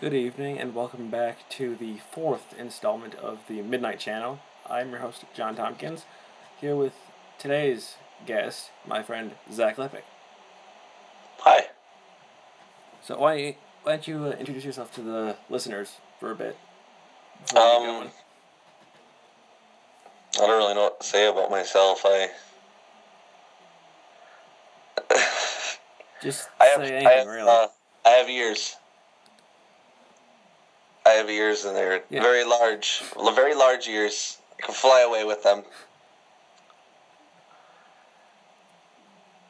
Good evening, and welcome back to the fourth installment of the Midnight Channel. I'm your host, John Tompkins, here with today's guest, my friend Zach Lepick. Hi. So, why, why don't you uh, introduce yourself to the listeners for a bit? before we get Um, I don't really know what to say about myself. I Just I have, say I, anything, have really. uh, I have ears. I have ears, and they're Yeah. very large, l- very large ears. I can fly away with them.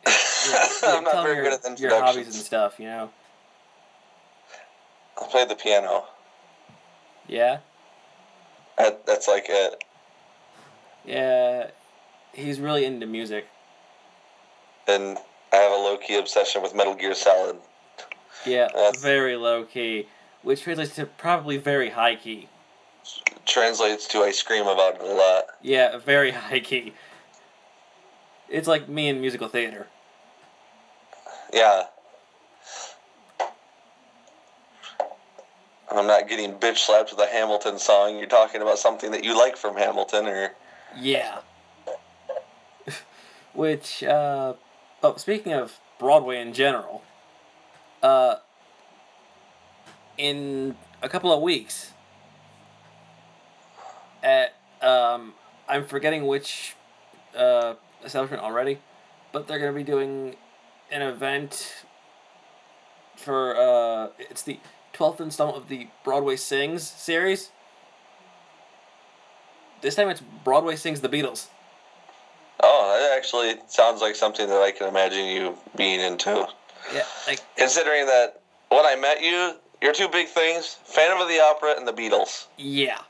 Yeah, yeah, I'm not tell 'em very your, good at Your hobbies and introductions. stuff, you know? I played the piano. Yeah? That, that's like it. Yeah. He's really into music. And I have a low key obsession with Metal Gear Solid. Yeah, That's- very low key, which translates to probably very high key. Translates to I scream about it a lot. Yeah, very high key. It's like me in musical theater. Yeah. I'm not getting bitch slapped with a Hamilton song. You're talking about something that you like from Hamilton, or Yeah. Which, uh, oh, speaking of Broadway in general, uh, in a couple of weeks, at, um, I'm forgetting which, uh, establishment already, but they're going to be doing an event for, uh, it's the 12th installment of the Broadway Sings series. This time it's Broadway Sings the Beatles. oh, that actually sounds like something that I can imagine you being into. Yeah, like Considering that when I met you, your two big things: Phantom of the Opera and the Beatles. yeah,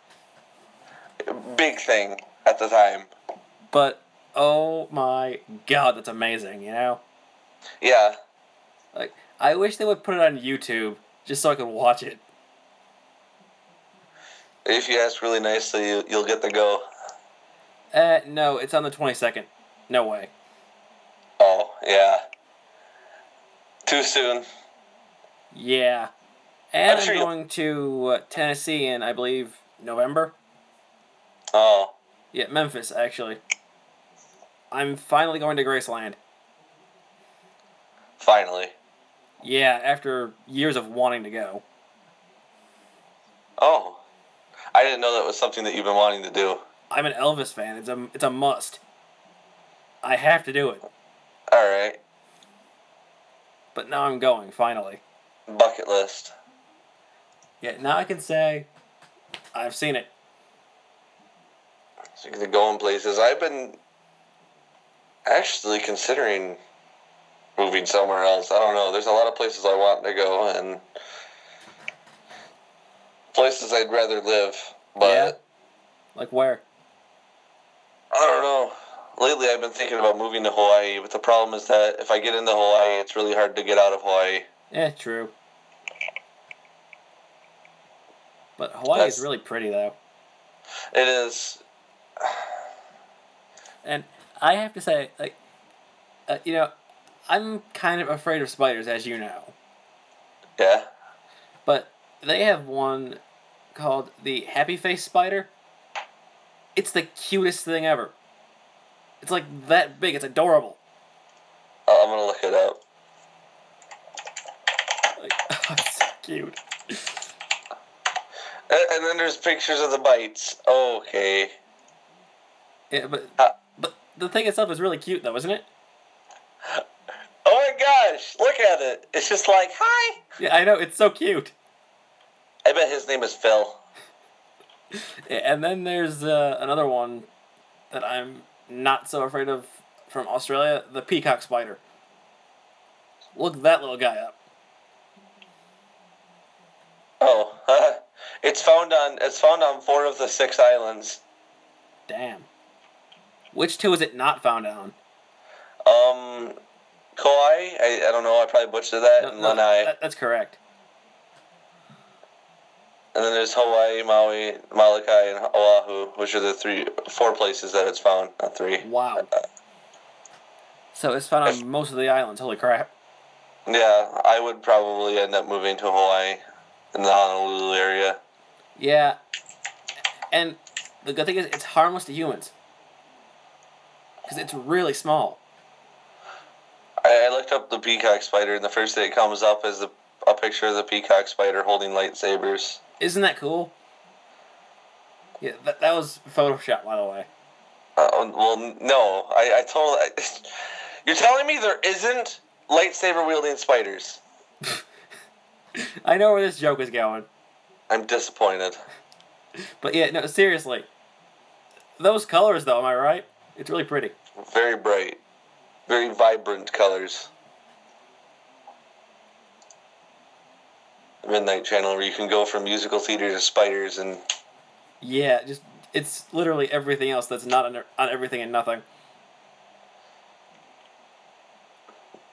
Big thing at the time. but oh my god, that's amazing. You know, Yeah, like I wish they would put it on YouTube just so I could watch it. if you ask really nicely, you, you'll get the go. Uh, no, it's on the twenty second. No way. Oh, yeah. Too soon. Yeah, and I'm I'm sure you'll- going to uh, Tennessee in I believe November. Oh, Yeah, Memphis actually. I'm finally going to Graceland. finally. Yeah, after years of wanting to go. Oh, I didn't know that was something that you've been wanting to do. I'm an Elvis fan. It's a it's a must. I have to do it. All right, But now I'm going finally. bucket list. Yeah, now I can say I've seen it. So you can go in places. I've been actually considering moving somewhere else. I don't know. There's a lot of places I want to go and places I'd rather live, but Yeah. Like where? I don't know. Lately, I've been thinking about moving to Hawaii, but the problem is that if I get into Hawaii, it's really hard to get out of Hawaii. Eh, true. But Hawaii That's- is really pretty though. It is. And I have to say like uh, you know, I'm kind of afraid of spiders as you know. Yeah. But they have one called the happy face spider. It's the cutest thing ever. It's like that big. It's adorable. I- I'm going to look it up. Like, it's so cute. And, and then there's pictures of the bites. Okay. Yeah, but Uh, but the thing itself is really cute though, isn't it? oh my gosh, look at it. It's just like, hi. Yeah, I know. It's so cute. I bet his name is Phil. Yeah, and then there's uh, another one that I'm not so afraid of from Australia, the peacock spider. Look that little guy up. Oh, it's found on it's found on four of the six islands. Damn. Which two is it not found on? Um, Kauai. I, I don't know. I probably butchered that. No, and Uh, no, Lanai, that- that's correct. and then there's Hawaii, Maui, Molokai, and Oahu, which are the three four places that it's found. Not three. Wow. So it's found on most of the islands. Holy crap. Yeah, I would probably end up moving to Hawaii. in the Honolulu area. Yeah. And the good thing is, it's harmless to humans. Because it's really small. I, I looked up the peacock spider, and the first thing that comes up is the, a picture of the peacock spider holding lightsabers. Isn't that cool? Yeah, that, that was Photoshop, by the way. Uh, well, no, I, I totally. you're telling me there isn't lightsaber wielding spiders? I know where this joke is going. I'm disappointed. But yeah, no, seriously. Those colors, though, am I right? It's really pretty. Very bright, very vibrant colors. The Midnight Channel, where you can go from musical theater to spiders and Yeah, just it's literally everything else that's not on, on everything and nothing.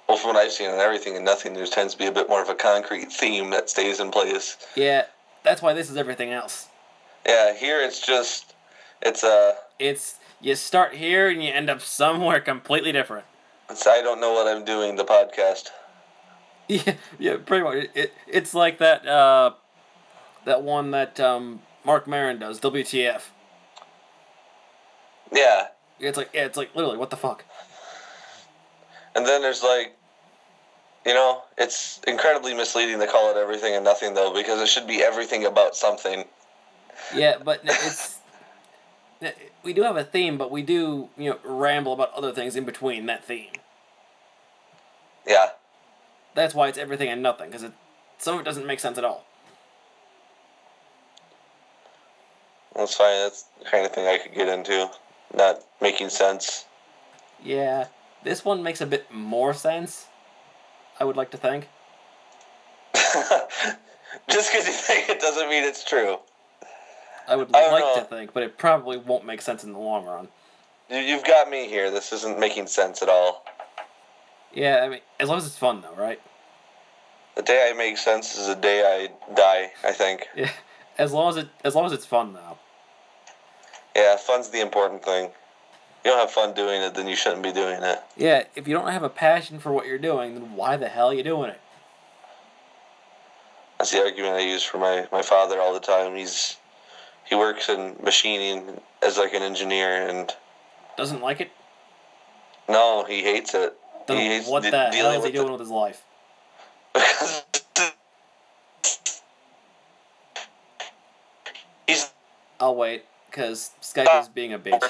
Well, from what I've seen on everything and nothing, there tends to be a bit more of a concrete theme that stays in place. Yeah, that's why this is everything else. Yeah, here it's just, it's uh, a, It's you start here and you end up somewhere completely different. it's I don't know what I'm doing. The podcast. Yeah, yeah, pretty much. It, it it's like that uh, that one that um, Mark Maron does. WTF? Yeah, It's like yeah, it's like literally what the fuck. and then there's like, you know, it's incredibly misleading to call it everything and nothing though, because it should be everything about something. Yeah, but it's we do have a theme, but we do you know ramble about other things in between that theme. Yeah, That's why it's everything and nothing because it some of it doesn't make sense at all. that's fine. That's the kind of thing I could get into. Not making sense. Yeah, this one makes a bit more sense. I would like to think. just because you think it doesn't mean it's true. I would I don't like to know. think, but it probably won't make sense in the long run. You, you've got me here. This isn't making sense at all. Yeah, I mean, as long as it's fun though, right? The day I make sense is the day I die, I think. Yeah, as long as it as long as it's fun though. Yeah, fun's the important thing. You don't have fun doing it, then you shouldn't be doing it. Yeah, if you don't have a passion for what you're doing, then why the hell are you doing it? That's the argument I use for my, my father all the time. He's he works in machining as like an engineer and Doesn't like it? no, he hates it. he Then hates what de- the hell is he with doing with his life? the- He's I'll wait, cause Skype is being a bitch.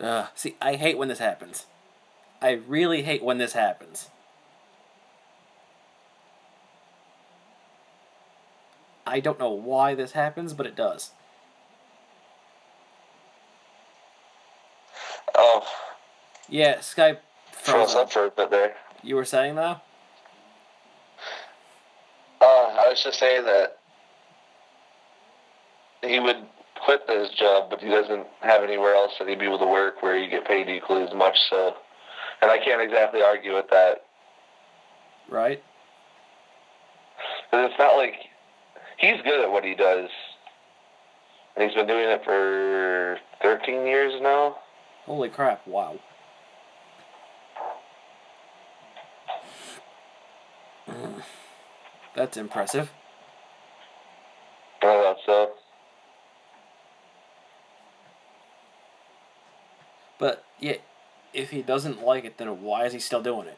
Ugh, see, I hate when this happens. I really hate when this happens. I don't know why this happens, but it does. oh Yeah, Skype froze froze. up for a bit there. You were saying though? Uh, I was just saying that he would quit his job, but he doesn't have anywhere else that he'd be able to work where you get paid equally as much. So, and I can't exactly argue with that Right? because it's not like he's good at what he does, and he's been doing it for thirteen years now. Holy crap, wow. Mm. That's impressive. I thought so. But yeah, if he doesn't like it, then why is he still doing it?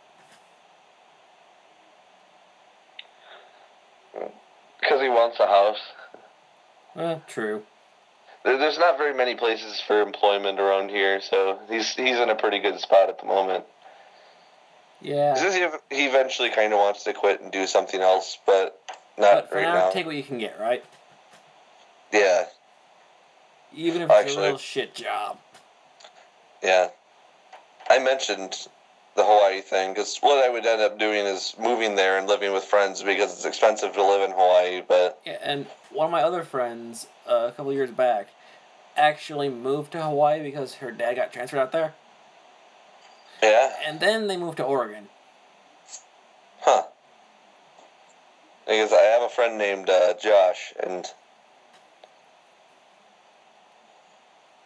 Because he wants a house. Uh, true. There- There's not very many places for employment around here, so he's he's in a pretty good spot at the moment. He Yeah. says he ev- he eventually kind of wants to quit and do something else, but not But for right now, now. take what you can get, right? yeah, Even if it's a Actually- little shit job. yeah. I mentioned the Hawaii thing because what I would end up doing is moving there and living with friends because it's expensive to live in Hawaii. But Yeah, and one of my other friends, uh, a couple years back, actually moved to Hawaii because her dad got transferred out there, yeah, and then they moved to Oregon. huh? Because I have a friend named uh, Josh, and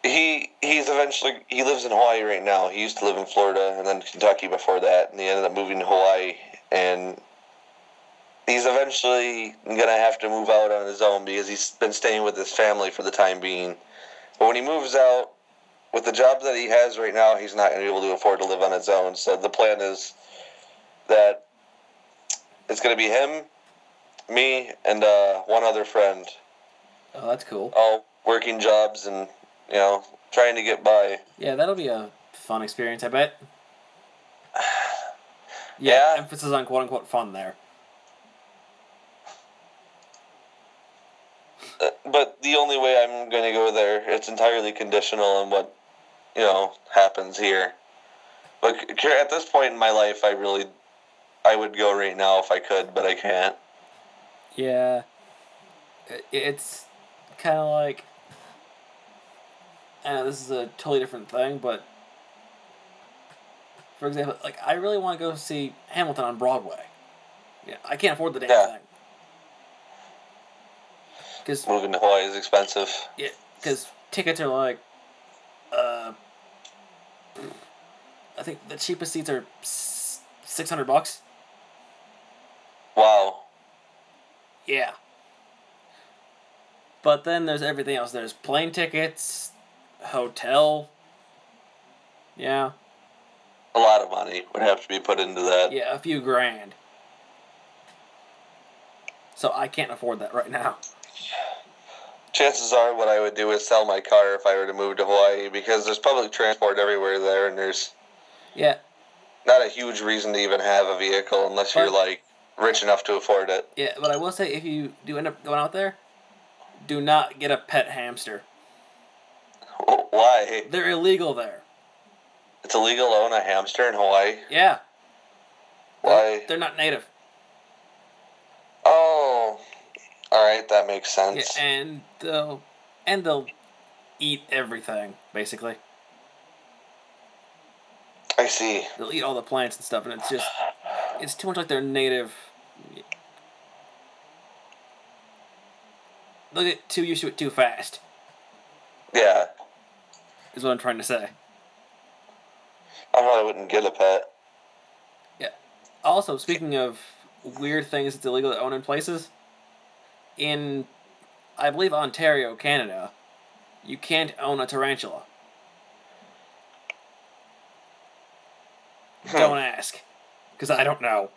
he he's eventually he lives in Hawaii right now. He used to live in Florida and then Kentucky before that, and he ended up moving to Hawaii. And he's eventually gonna have to move out on his own because he's been staying with his family for the time being. But when he moves out, with the job that he has right now, he's not gonna be able to afford to live on his own. So the plan is that it's gonna be him, me, and uh, one other friend, Oh, that's cool. all working jobs and you know trying to get by. Yeah, that'll be a fun experience, I bet. Yeah. Emphasis on quote unquote fun there. Uh, but the only way I'm going to go there, it's entirely conditional on what, you know, happens here. But c- c- at this point in my life, I really, I would go right now if I could, but I can't. Yeah. I- It's kind of like. I know this is a totally different thing, but. For example, like, I really want to go see Hamilton on Broadway. Yeah, I can't afford the damn Yeah. thing. Because Moving to Hawaii is expensive. Yeah, because tickets are like, uh, I think the cheapest seats are six hundred bucks. Wow. Yeah. But then there's everything else. There's plane tickets, hotel. Yeah, A lot of money would have to be put into that. yeah, a few grand. So I can't afford that right now. Chances are what I would do is sell my car if I were to move to Hawaii because there's public transport everywhere there and there's Yeah, not a huge reason to even have a vehicle unless you're But- like rich enough to afford it. yeah, but I will say if you do end up going out there, do not get a pet hamster. Why? They're illegal there. It's illegal to own a hamster in Hawaii. Yeah. Why? They're not native. Oh, all right, that makes Yeah, sense. and they'll and they'll eat everything basically. I see. They'll eat all the plants and stuff, and it's just it's too much like their native. They'll get too used to it too fast. Yeah, Is what I'm trying to say. I probably wouldn't get a pet. Also, speaking of weird things that's illegal to own in places, in I believe Ontario, Canada, you can't own a tarantula. Don't ask, because I don't know.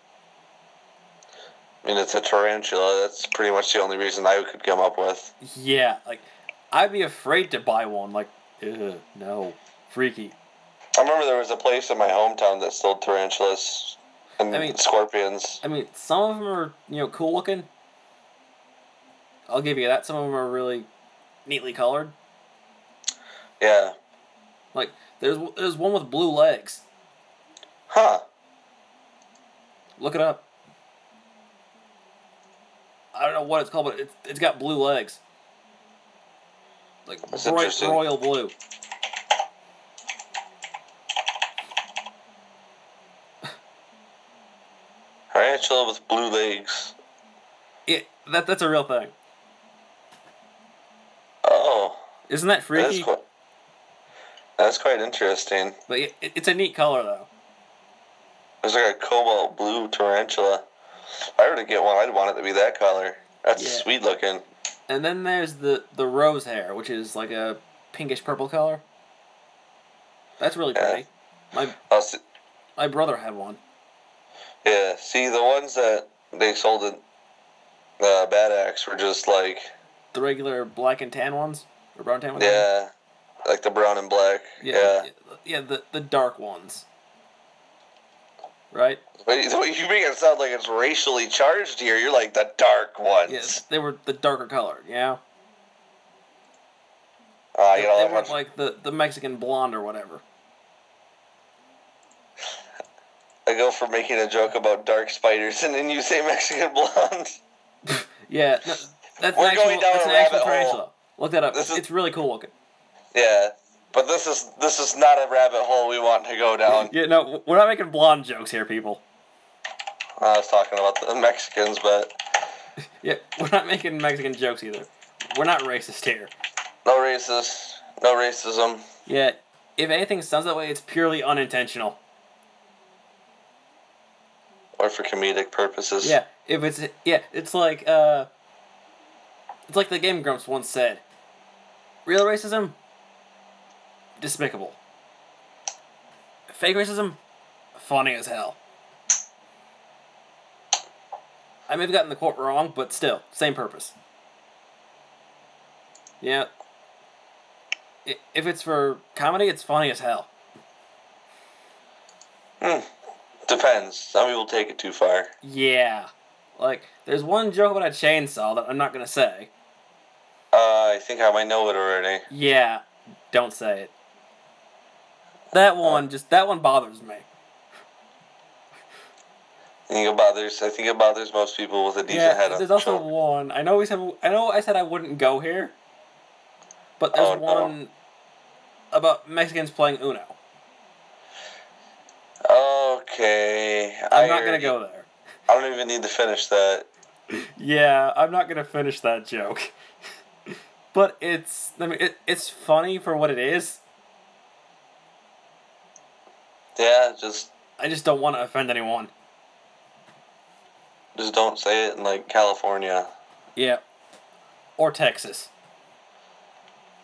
I mean, it's a tarantula. That's pretty much the only reason I could come up with. Yeah, like I'd be afraid to buy one. Like, ugh, no, freaky. I remember there was a place in my hometown that sold tarantulas and I mean- scorpions. I mean, some of them are you know cool looking. I'll give you that. Some of them are really neatly colored. Yeah. Like there's there's one with blue legs. Huh. Look it up. I don't know what it's called, but it's, it's got blue legs. Like That's bright interesting. royal blue. Tarantula with blue legs. It that that's a real thing. Oh, Isn't that that's freaky? quite. That's quite interesting. But it, it- it's a neat color though. It's like a cobalt blue tarantula. If I were to get one, I'd want it to be that color. That's Yeah. sweet looking. And then there's the the rose hair, which is like a pinkish purple color. That's really Yeah. pretty. My I'll see, my brother had one. yeah, see the ones that they sold at uh, Bad Axe were just like The regular black and tan ones or brown tan ones. yeah, like the brown and black. Yeah, yeah, yeah. The the dark ones. Right. But the way you make it sound like it's racially charged here. You're like the dark ones. Yes, they were the darker color. Yeah. Ah, They, you know, they that weren't much- like the the Mexican blonde or whatever. I go for making a joke about dark spiders, and then you say Mexican blonde. Yeah. no, that's We're an actual, going down that's a an actual rabbit hole. tarantula. Look that up. This is- It's really cool looking. yeah, but this is this is not a rabbit hole we want to go down. Yeah. No, we're not making blonde jokes here, people. I was talking about the Mexicans, but Yeah, we're not making Mexican jokes either. We're not racist here. no racist, No racism. Yeah, if anything sounds that way, it's purely unintentional. Or for comedic purposes. Yeah, if it's yeah, it's like uh, it's like the Game Grumps once said, real racism, despicable. Fake racism, funny as hell. I may have gotten the quote wrong, but still, same purpose. Yeah. I- If it's for comedy, it's funny as hell. Hmm. Depends. Some people take it too far. Yeah. Like, there's one joke about a chainsaw that I'm not gonna say. Uh, I think I might know it already. Yeah, don't say it. That one just that one bothers me. I think it bothers. I think it bothers most people with a decent head yeah, on there's their also shoulder. one. I know we said I know I said I wouldn't go here, but there's Oh, no. one about Mexicans playing Uno. Okay. I'm I not gonna already- go there. I don't even need to finish that. Yeah, I'm not gonna finish that joke. but it's I mean it, it's funny for what it is. Yeah, just I just don't want to offend anyone. just don't say it in like California Yeah. Or Texas.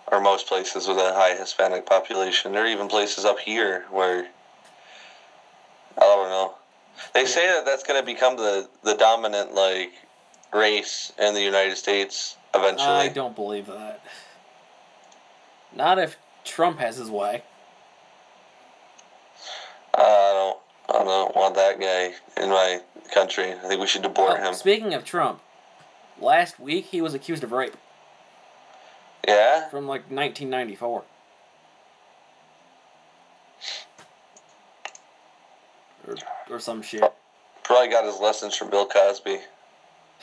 or most places with a high Hispanic population, or even places up here where I don't know. They say that that's going to become the the dominant like race in the United States eventually. I don't believe that. Not if Trump has his way. I don't. I don't want that guy in my country. I think we should deport Oh, him. speaking of Trump, last week he was accused of rape Yeah. from like 1994. Or, or some shit. Probably got his lessons from Bill Cosby.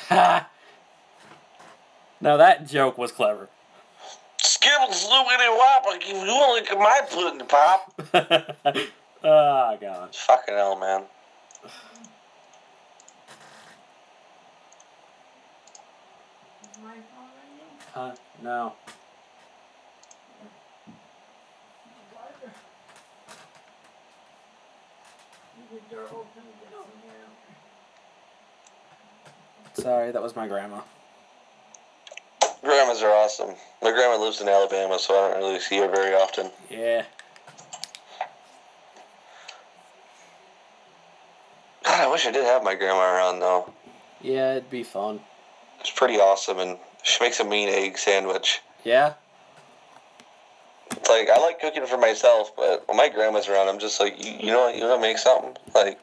Ha! now that joke was clever. Skibbles, loopity wop. I give you only my pudding pop. oh, God. Fucking hell, man. Huh? No. Sorry, that was my grandma. Grandmas are awesome. My grandma lives in Alabama, so I don't really see her very often. Yeah. God, I wish I did have my grandma around though. Yeah, it'd be fun. It's pretty awesome, and she makes a mean egg sandwich. Yeah? It's like I like cooking for myself, but when my grandma's around, I'm just like, you, you know, what, you want to make something like,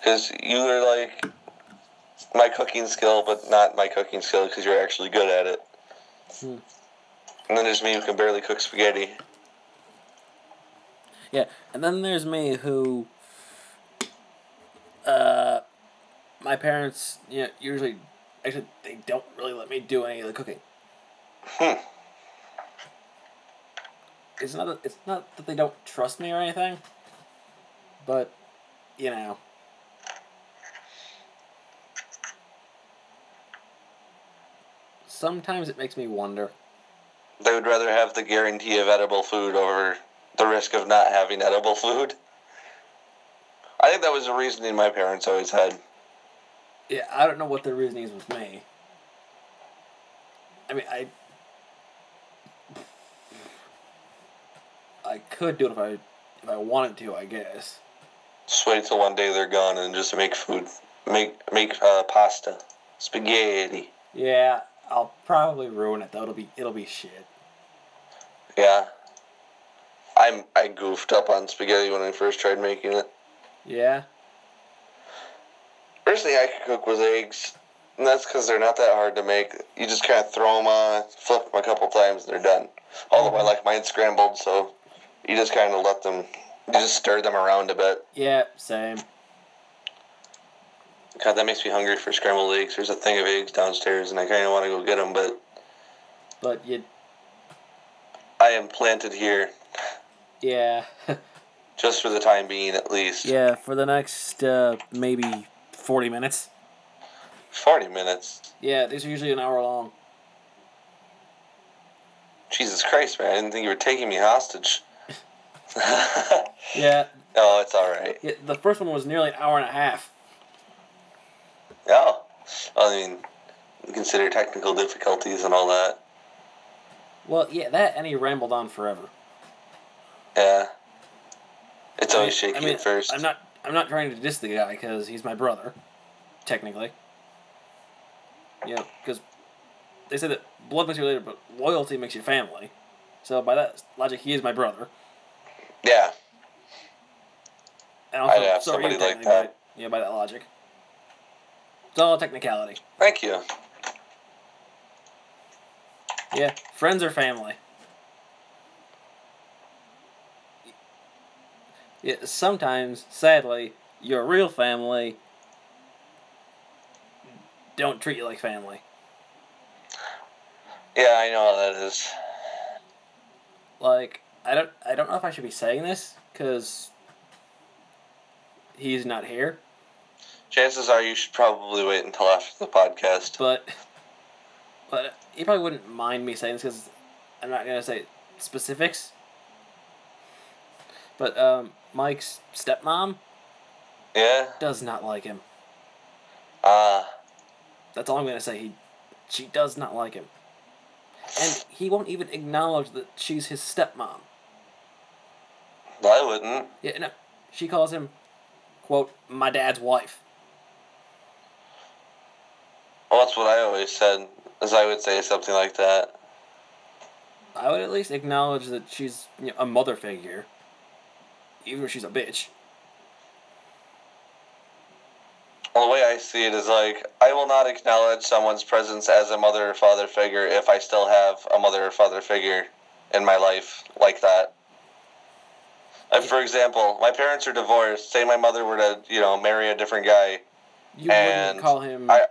because you are like my cooking skill, but not my cooking skill because you're actually good at it. Hmm. And then there's me who can barely cook spaghetti. Yeah, and then there's me who, uh, my parents, you know, usually, actually, they don't really let me do any of the cooking. Hmm. It's not that, it's not that they don't trust me or anything, but, you know. Sometimes it makes me wonder. They would rather have the guarantee of edible food over the risk of not having edible food. I think that was the reasoning my parents always had. Yeah, I don't know what their reasoning is with me. I mean, I. I could do it if I if I wanted to, I guess. Just wait till one day they're gone and just make food, make make uh, pasta, spaghetti. Yeah, I'll probably ruin it though. It'll be it'll be shit. Yeah. I'm I goofed up on spaghetti when I first tried making it. Yeah. First thing I could cook was eggs, and that's because they're not that hard to make. You just kind of throw them on, flip them a couple times, and they're done. Although I like mine scrambled, so you just kind of let them, you just stir them around a bit. Yeah. Same. God, that makes me hungry for scrambled eggs. There's a thing of eggs downstairs, and I kind of want to go get them, but But you. I am planted here Yeah. just for the time being, at least. yeah. For the next uh, maybe forty minutes. Forty minutes. Yeah, these are usually an hour long. Jesus Christ, man! I didn't think you were taking me hostage. no, Yeah, it's all right. yeah, the first one was nearly an hour and a half. No, I mean, consider technical difficulties and all that. Well, yeah, that and he rambled on forever. Yeah, it's I mean- always shaky I mean, at first. I'm not. I'm not trying to diss the guy because he's my brother, technically. You know, because they said that blood makes you related, but loyalty makes you family. So by that logic, he is my brother. yeah, And also, I'd have so are you, somebody like technically, that. by- yeah, by that logic. It's all technicality. thank you. Yeah, friends or family. Yeah, sometimes, sadly, your real family don't treat you like family. Yeah, I know how that is. Like, I don't, I don't know if I should be saying this because he's not here, Chances are you should probably wait until after the podcast. but but he probably wouldn't mind me saying this because I'm not gonna say specifics. But um, Mike's stepmom Yeah. does not like him. Ah. That's all I'm gonna say. He, she does not like him, and he won't even acknowledge that she's his stepmom. no, I wouldn't. Yeah, no, she calls him, quote, my dad's wife. Well, that's what I always said. Is I would say something like that. I would at least acknowledge that she's you know, a mother figure, even if she's a bitch. Well, the way I see it is like I will not acknowledge someone's presence as a mother or father figure if I still have a mother or father figure in my life like that. Like for example, my parents are divorced. Say my mother were to, you know, marry a different guy. You And wouldn't call him. I-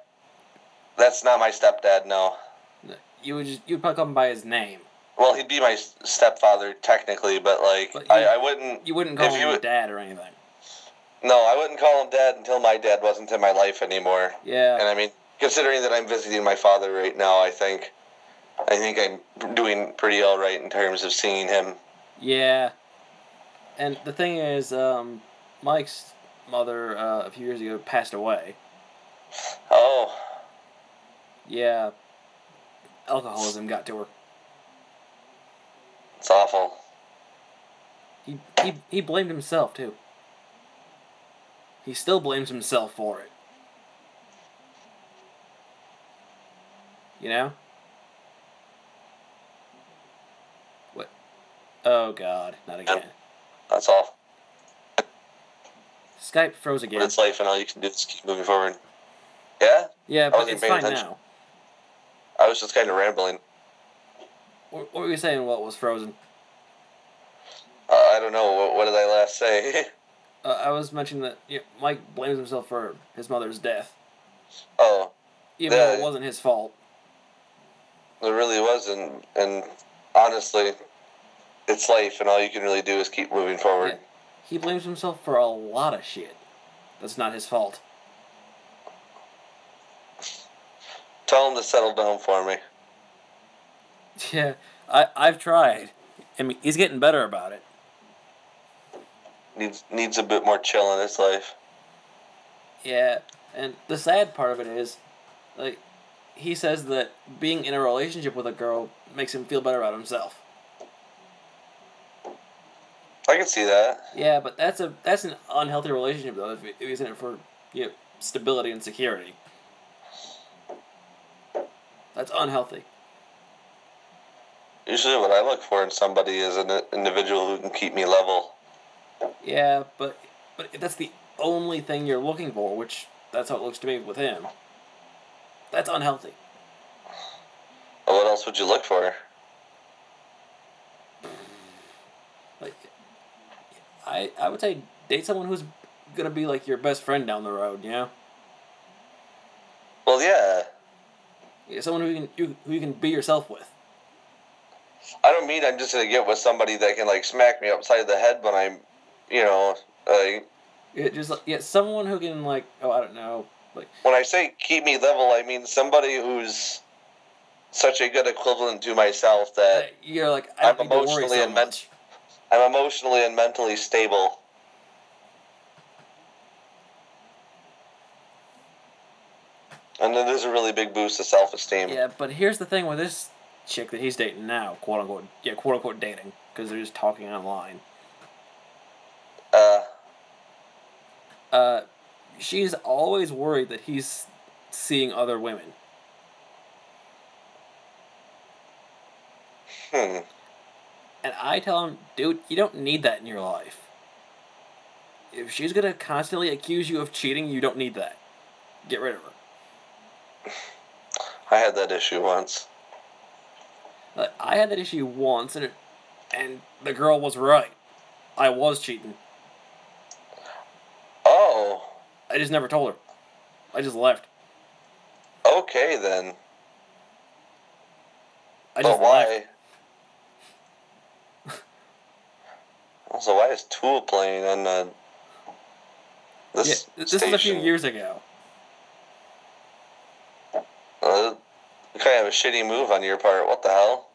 That's not my stepdad. No. you would just you'd probably call him by his name. Well, he'd be my s- stepfather technically, but like But you- I, I wouldn't. You wouldn't call If him you- dad or anything. No, I wouldn't call him dad until my dad wasn't in my life anymore. And Yeah, I mean, considering that I'm visiting my father right now, I think, I think I'm doing pretty all right in terms of seeing him. yeah. And the thing is, um, Mike's mother uh, a few years ago passed away. Oh, Yeah. Alcoholism got to her. it's awful. He, he, he blamed himself, too. He still blames himself for it. You know? What? Oh, God. Not again. That's awful. Skype froze But again. It's life, and all you can do is keep moving forward. Yeah, Yeah, but wasn't it's paying fine attention. now. I was just kind of rambling. What, what were you saying while it was frozen? Uh, I don't know what, what did I last say. Uh, I was mentioning that you know, Mike blames himself for his mother's death, oh, even though it Yeah. wasn't his fault. there really wasn't. And honestly, it's life, and all you can really do is keep moving forward. He blames himself for a lot of shit. That's not his fault. Tell him to settle down for me. Yeah, I I've tried. I mean, he's getting better about it. Needs needs a bit more chill in his life. Yeah, and the sad part of it is, like, he says that being in a relationship with a girl makes him feel better about himself. I can see that. Yeah, but that's a that's an unhealthy relationship though. If, if he's in it for you know, stability and security, that's unhealthy. Usually, what I look for in somebody is an individual who can keep me level. Yeah, but but if that's the only thing you're looking for, which that's how it looks to me with him, that's unhealthy. Well, What else would you look for? Like, I I would say date someone who's gonna be like your best friend down the road. You know, Well, yeah. Yeah, someone who you can you, who you can be yourself with. I don't mean I'm just gonna get with somebody that can like smack me upside the head when I'm, you know, like Yeah, just like yeah, someone who can like oh I don't know like when I say keep me level, I mean somebody who's, such a good equivalent to myself that uh, You're like I I'm don't need to worry emotionally so and men- much. I'm emotionally and mentally stable. And it is a really big boost to self esteem. Yeah, but here's the thing with this chick that he's dating now, quote unquote, yeah, quote unquote dating, because they're just talking online. Uh, Uh, she's always worried that he's seeing other women. hmm. And I tell him, dude, you don't need that in your life. If she's gonna constantly accuse you of cheating, you don't need that. Get rid of her. I had that issue once. Like, I had that issue once, and it, and the girl was right. I was cheating. Oh, I just never told her. I just left. okay then. I just But why? left. also, why is Tool playing on the. This, yeah, this is a few station? years ago. Uh, kind of a shitty move on your part. What the hell?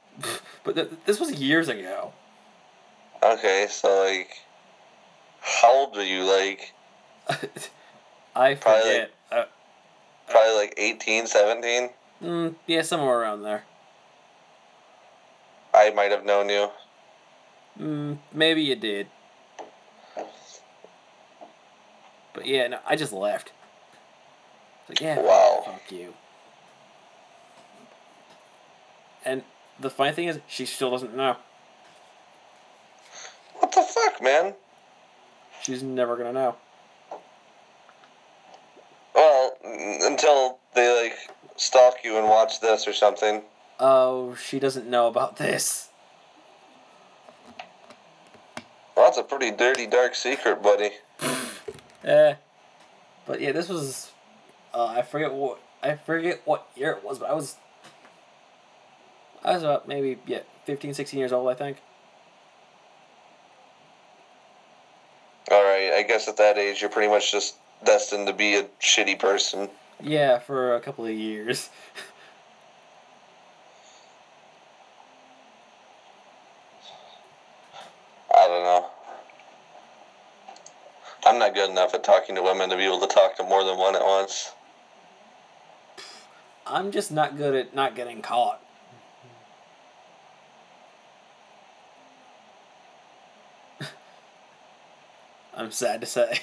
But th- this was years ago. Okay, so like, how old were you? Like, I Probably forget. Uh, probably like 18, 17? mm, yeah, somewhere around there. I might have known you. Mm, maybe you did. But yeah, no, I just left. It's Like, yeah, Wow. fuck you. And the funny thing is, she still doesn't know. What the fuck, man? She's never gonna know. Well, n- until they like stalk you and watch this or something. Oh, she doesn't know about this. Well, that's a pretty dirty, dark secret, buddy. Eh. But yeah, this was. Uh, I forget what I forget what year it was, but I was. I was about maybe yeah, 15, 16 years old, I think. All right, I guess at that age you're pretty much just destined to be a shitty person. Yeah, for a couple of years. I don't know. I'm not good enough at talking to women to be able to talk to more than one at once. I'm just not good at not getting caught. I'm sad to say.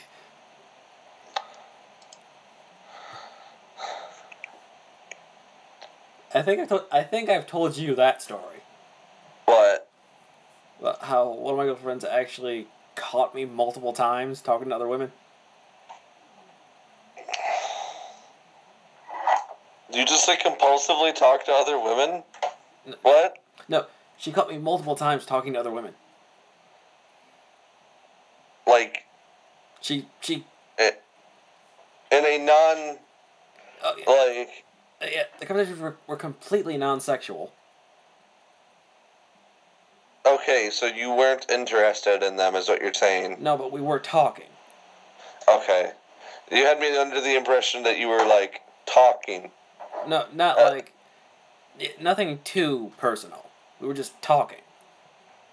I think I've told, I think I've told you that story But about how one of my good friends actually caught me multiple times talking to other women. you just like compulsively talk to other women? What? No, she caught me multiple times talking to other women. Like She she it, in a non oh, yeah. like Uh, yeah, the conversations were, were completely non-sexual. okay, so you weren't interested in them is what you're saying. No, but we were talking. Okay. You had me under the impression that you were like talking. No, not Uh. like yeah, nothing too personal. We were just talking.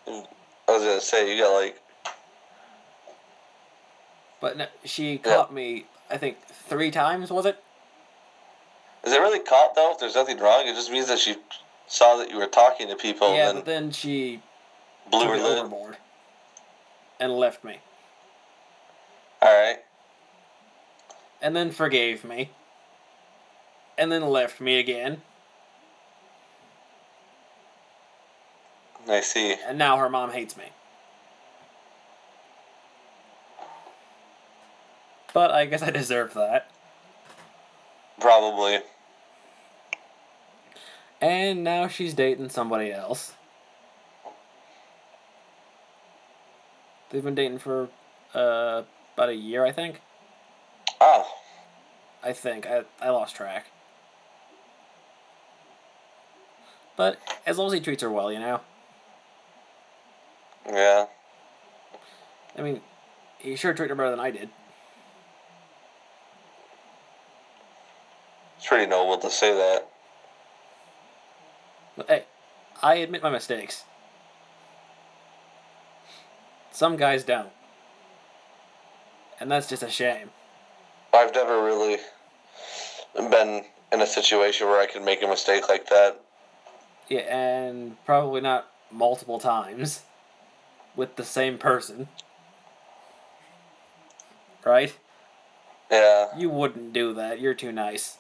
I was gonna say you got like But no, she caught me. I think three times was it? is it really caught though if there's nothing wrong? It just means that she saw that you were talking to people yeah, Oh, and but then she blew took her it lid. overboard and left me, Alright. and then forgave me, and then left me again, I see. and now her mom hates me. But I guess I deserve that. Probably. And now she's dating somebody else. They've been dating for uh, about a year, I think. Oh. I think. I, I lost track. But as long as he treats her well, you know? Yeah. I mean, he sure treated her better than I did. It's pretty noble to say that. But hey, I admit my mistakes. Some guys don't. And that's just a shame. I've never really been in a situation where I could make a mistake like that. Yeah, and probably not multiple times with the same person. Right? Yeah. You wouldn't do that. You're too nice.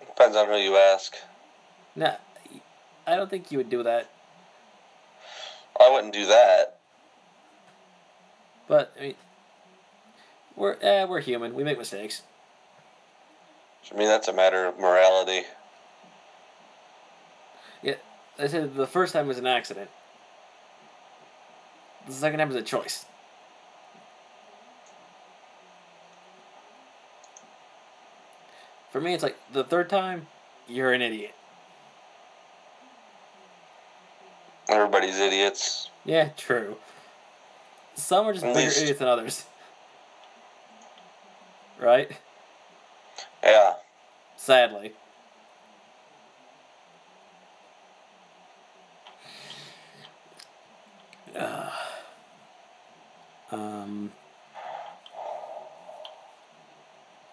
Depends on who you ask. No, I don't think you would do that. I wouldn't do that. But I mean, we're eh, we're human. We make mistakes. I mean, that's a matter of morality. Yeah, I said the first time was an accident. The second time was a choice. For me, it's like the third time, you're an idiot. Everybody's idiots. Yeah, true. Some are just At bigger least- idiots than others. Right? Yeah. Sadly. Ah. um.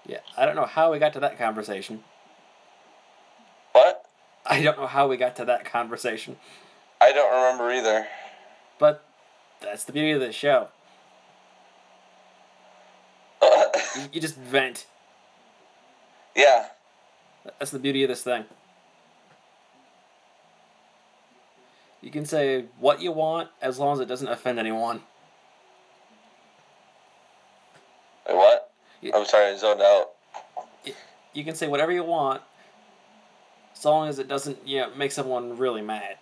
Yeah, I don't know how we got to that conversation. What? I don't know how we got to that conversation, I don't remember either. but that's the beauty of this show. You, you just vent. yeah. That's the beauty of this thing. You can say what you want as long as it doesn't offend anyone. Wait, what? You- I'm sorry, I zoned out. You can say whatever you want, so long as it doesn't, you know, make someone really mad.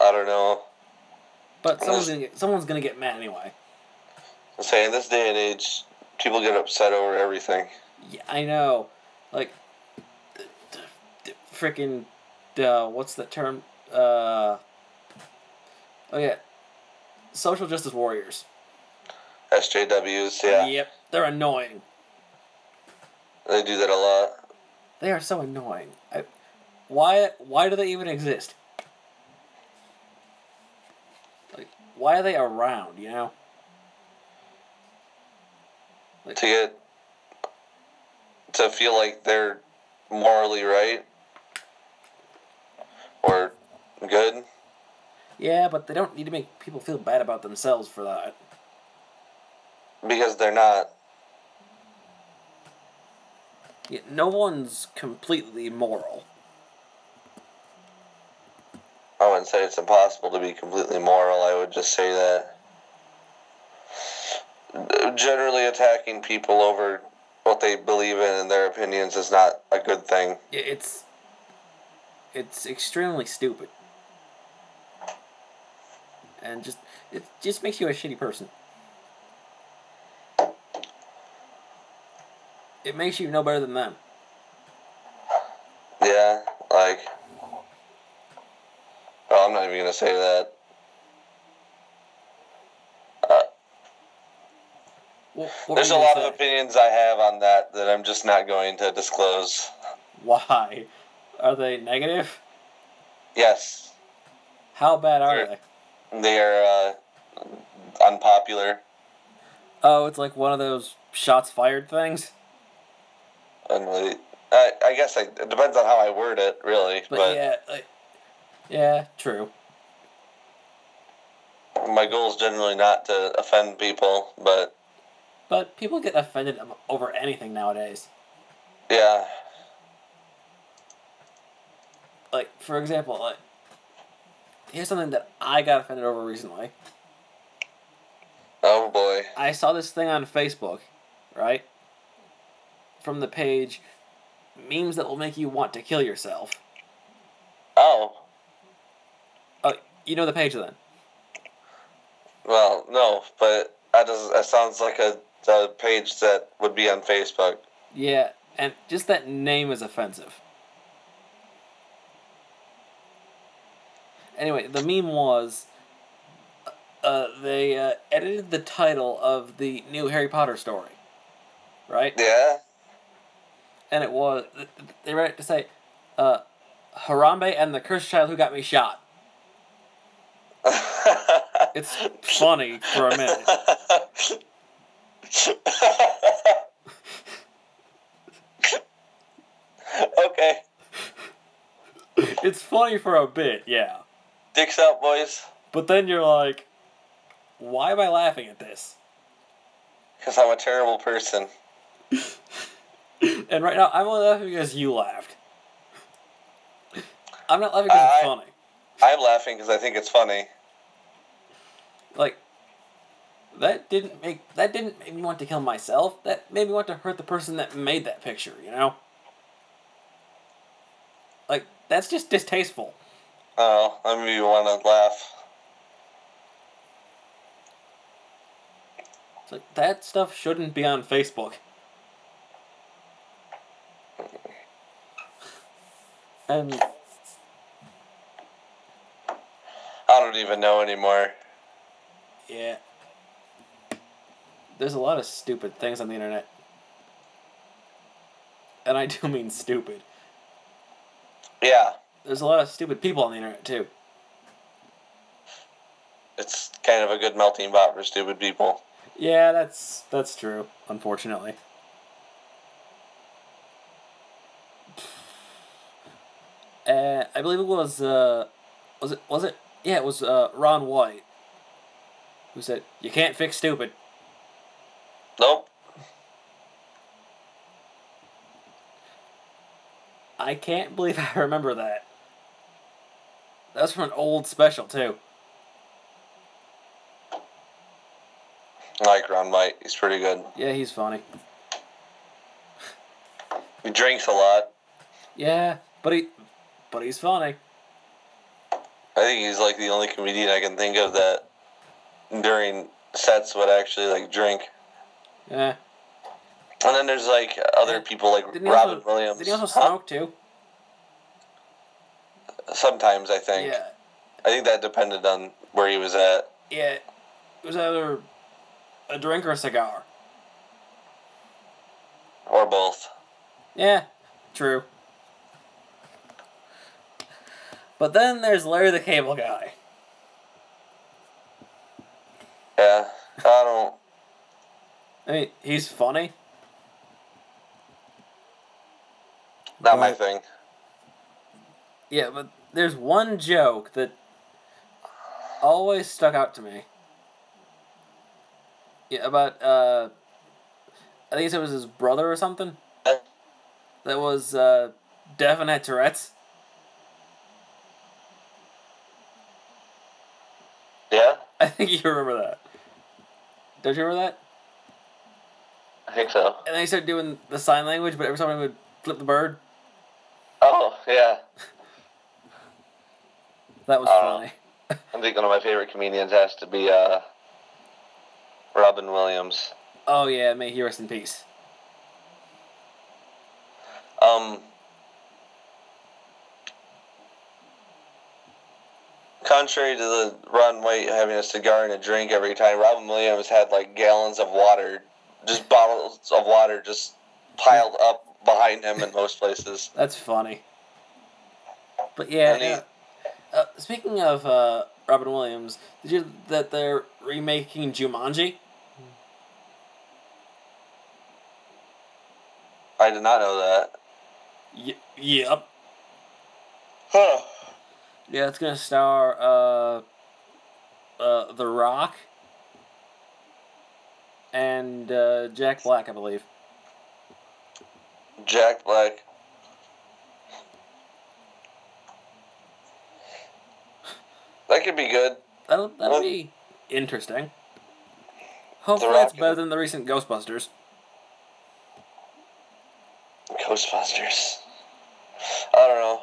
I don't know. But someone's gonna get, someone's gonna get mad anyway. I'm saying this day and age, people get upset over everything. Yeah, I know. Like, the, the, the freaking, uh, what's the term? Uh, oh yeah, social justice warriors. SJWs, yeah, Yep, they're annoying. they do that a lot. They are so annoying. I, why why do they even exist? Like why are they around, you know? To get to feel like they're morally right or good. Yeah, but they don't need to make people feel bad about themselves for that. Because they're not. Yeah, no one's completely moral. I wouldn't say it's impossible to be completely moral. I would just say that generally attacking people over what they believe in and their opinions is not a good thing. I- It's it's extremely stupid. And just it just makes you a shitty person. It makes you no better than them. Yeah, like. Oh, I'm not even gonna say that. What, what There's were a you lot gonna of say? opinions I have on that that I'm just not going to disclose. Why? Are they negative? Yes, How bad are Sure. they? they are uh, unpopular. Oh, it's like one of those shots fired things. Unreli- I, I guess I, it depends on how I word it, really. But, But, yeah, like, yeah, true. my goal is generally not to offend people. But But people get offended ab- over anything nowadays. yeah, Like, for example, like, here's something that I got offended over recently. oh boy, I saw this thing on Facebook, right? From the page, memes that will make you want to kill yourself. oh Oh, you know the page then? well, no, but that does that sounds like a, a page that would be on Facebook. Yeah, and just that name is offensive. Anyway, the meme was uh, they uh, edited the title of the new Harry Potter story, right? Yeah. and it was they read it to say, uh, "Harambe and the cursed child who got me shot." It's funny for a minute. okay. It's funny for a bit, yeah. Dicks out, boys. But then you're like, why am I laughing at this? Because I'm a terrible person. And right now, I'm only laughing because you laughed. I'm not laughing because it's I- funny. I'm laughing because I think it's funny. Like that didn't make that didn't make me want to kill myself. That made me want to hurt the person that made that picture. You know. Like that's just distasteful. Oh, I made you want to laugh. It's like that stuff shouldn't be on Facebook. And I don't even know anymore. yeah, there's a lot of stupid things on the internet, and I do mean stupid. Yeah, There's a lot of stupid people on the internet too. it's kind of a good melting pot for stupid people. Yeah, that's that's true. Unfortunately. Uh, I believe it was uh, was it was it yeah it was uh, Ron White who said you can't fix stupid. Nope. I can't believe I remember that. That's from an old special too. I like Ron White. He's pretty good. Yeah, he's funny. He drinks a lot. Yeah, but he but he's funny. I think he's like the only comedian I can think of that during sets would actually like drink. Yeah. And then there's like other people like Didn't he Robin also, Williams. Uh, Did he also Huh? smoke too? Sometimes I think. Yeah. I think that depended on where he was at. Yeah, it was either a drink or a cigar. Or both. Yeah, true. But then there's Larry the Cable Guy. Yeah. I don't I mean, he's funny. not my But- thing. Yeah, but there's one joke that always stuck out to me. Yeah, about uh, I think it was his brother or something. That was uh, deaf and had Tourette's. Yeah? I think you remember that. Don't you remember that? I think so. And they started doing the sign language, but every time I would flip the bird, Oh, yeah. that was Oh. funny. I think one of my favorite comedians has to be uh, Robin Williams. Oh yeah, may he rest in peace. Um, contrary to the Ron White having a cigar and a drink every time, Robin Williams had like gallons of water, just bottles of water, just piled up behind him in most places. That's funny. But yeah, And he- yeah. Uh, speaking of uh, Robin Williams, did you that they're remaking Jumanji? I did not know that. Y- yep. Huh. Yeah, it's gonna star uh, uh, The Rock and uh, Jack Black, I believe. Jack Black. That could be good. That'll that'll Well- be interesting. Hopefully, Rock it's better and- than the recent Ghostbusters. Ghostbusters. I don't know.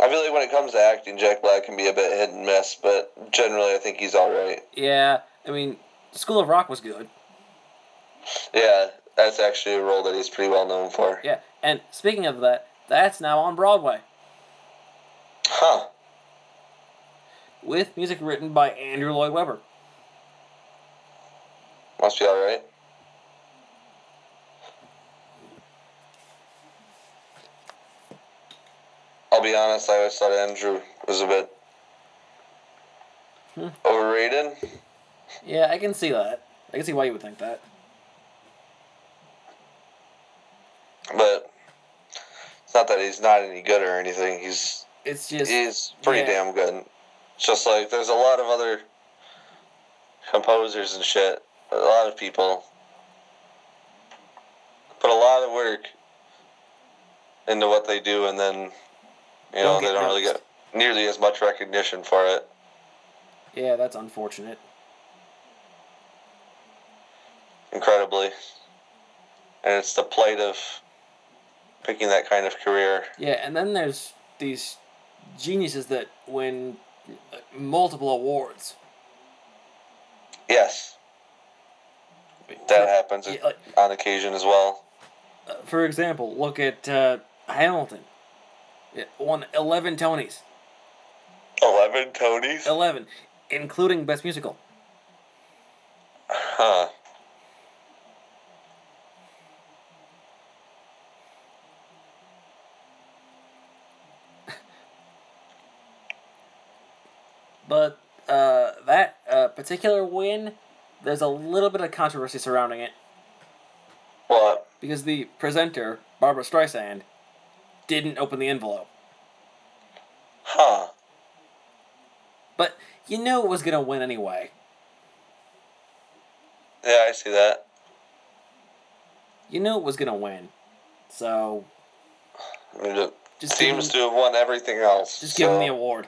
I feel like when it comes to acting, Jack Black can be a bit hit and miss, but generally, I think he's all right. Yeah, I mean, School of Rock was good. Yeah, that's actually a role that he's pretty well known for. Yeah, and speaking of that, that's now on Broadway Huh? with music written by Andrew Lloyd Webber. Must be all right. I'll be honest, I always thought Andrew was a bit Hmm. overrated. Yeah, I can see that. I can see why you would think that. But it's not that he's not any good or anything. He's It's just he's pretty yeah. damn good. It's just like there's a lot of other composers and shit. A lot of people put a lot of work into what they do, and then you know Don't they get don't really noticed. get nearly as much recognition for it. yeah, that's unfortunate. Incredibly, and it's the plight of picking that kind of career. Yeah, and then there's these geniuses that win uh, multiple awards. Yes, that happens Yeah, like, on occasion as well. uh, for example, look at uh, Hamilton. It won 11 Tonys. Eleven Tonys. 11, including Best Musical. Huh. But uh, that uh, particular win, there's a little bit of controversy surrounding it What? because the presenter, Barbara Streisand, didn't open the envelope. Huh. But you knew it was going to win anyway. Yeah, I see that. You knew it was going to win. So I mean, it Just seems give to have won everything else. just give him so- the award.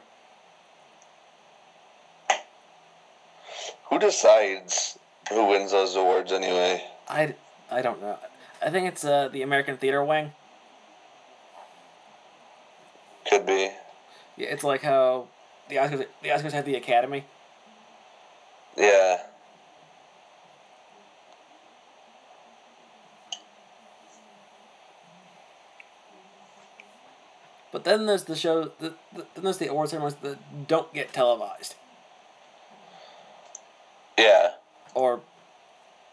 Who decides who wins those awards anyway? I, I don't know. I think it's uh, the American Theater Wing. Could be. Yeah, it's like how the Oscars the Oscars have the Academy. Yeah. But then there's the show. The, the, then there's the award ceremonies that don't get televised, Yeah. or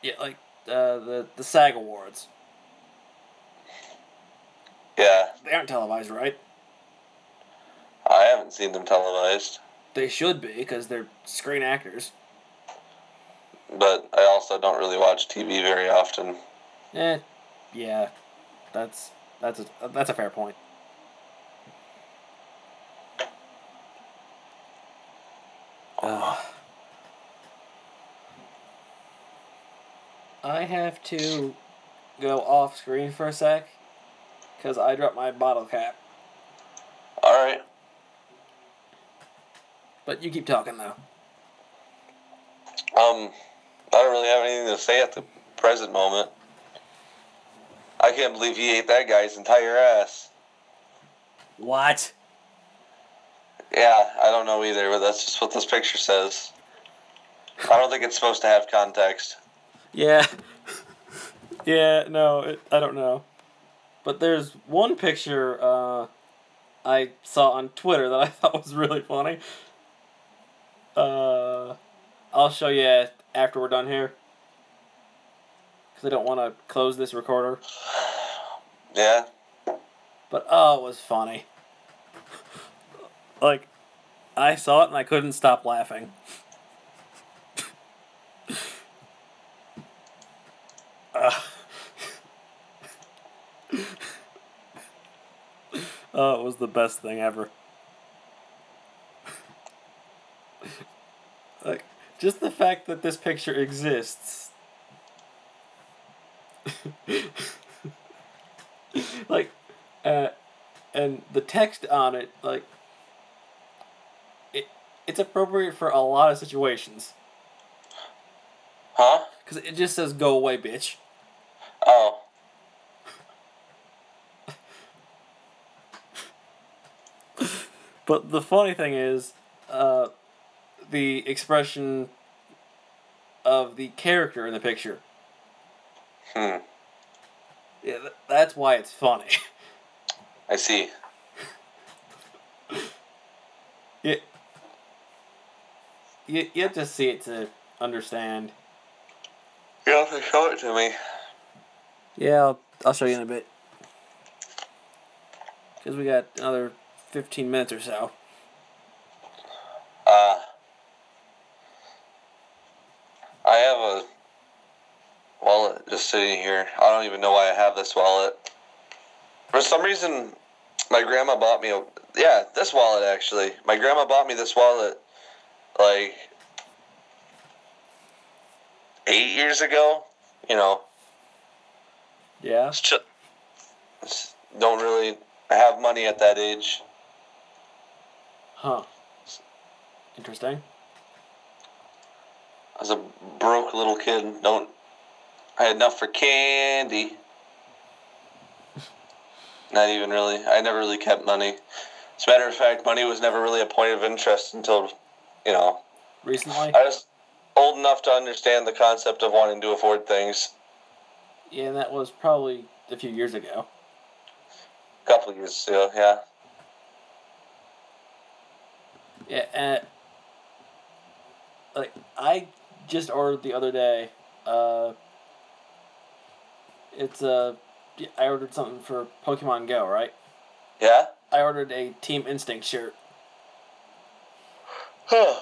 yeah, like uh, the the SAG awards. Yeah. They aren't televised, right? I haven't seen them televised, They should be because they're screen actors. but I also don't really watch TV very often. Eh, yeah, that's that's a that's a fair point. Uh, I have to go off screen for a sec because I dropped my bottle cap. All right. But you keep talking though. Um, I don't really have anything to say at the present moment. I can't believe he ate that guy's entire ass. What? Yeah, I don't know either, but that's just what this picture says. I don't think it's supposed to have context. Yeah. yeah, no, it, I don't know. But there's one picture uh, I saw on Twitter that I thought was really funny. Uh, I'll show you after we're done here. Because I don't want to close this recorder. Yeah? But oh, it was funny. Like, I saw it and I couldn't stop laughing. Ah. oh, it was the best thing ever. like, just the fact that this picture exists. like, uh, and the text on it, like, it, it's appropriate for a lot of situations. Huh? Because it just says, go away, bitch. Oh. But the funny thing is, uh, the expression of the character in the picture. Hmm. Yeah, th- that's why it's funny. I see. you, you, you have to see it to understand. You'll have to show it to me. Yeah, I'll, I'll show you in a bit. Because we got another fifteen minutes or so. Uh, I have a wallet just sitting here. I don't even know why I have this wallet. For some reason, my grandma bought me a yeah this wallet actually. My grandma bought me this wallet like eight years ago. You know, Yeah. it's ju- it's- don't really have money at that age. Huh. Interesting. I was a broke little kid. Don't I had enough for candy. Not even really. I never really kept money. As a matter of fact, money was never really a point of interest until, you know, Recently. I was old enough to understand the concept of wanting to afford things Yeah, that was probably a few years ago. a couple years ago. Yeah, Yeah, and like I just ordered the other day. Uh, it's a. yeah, I ordered something for Pokemon Go, right? yeah. I ordered a Team Instinct shirt. Huh.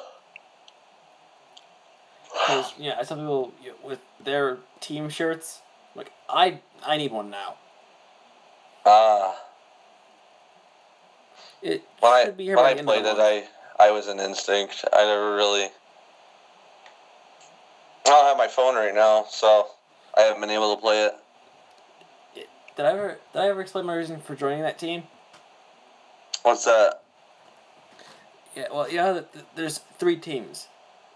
Because yeah, I saw people you know, with their team shirts. Like I, I need one now. Ah, It when I should be here when by I the end of played the it, month. I I was an instinct. I never really. I don't have my phone right now, so I haven't been able to play it. Did I ever? Did I ever explain my reason for joining that team? What's that? Yeah. Well, you know, that th- there's three teams: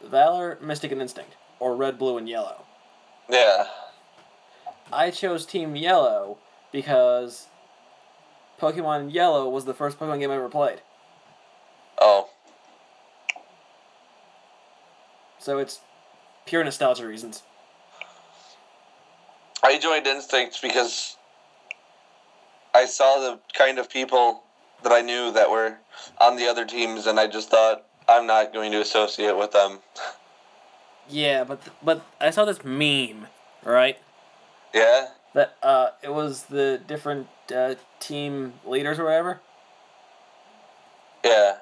Valor, Mystic, and Instinct, or Red, Blue, and Yellow. Yeah. I chose Team Yellow because Pokemon Yellow was the first Pokemon game I ever played. Oh, So it's pure nostalgia reasons. I joined Instinct because I saw the kind of people that I knew that were on the other teams, and I just thought I'm not going to associate with them. Yeah, but th- but I saw this meme, right? Yeah. That uh, it was the different uh, team leaders or whatever. Yeah.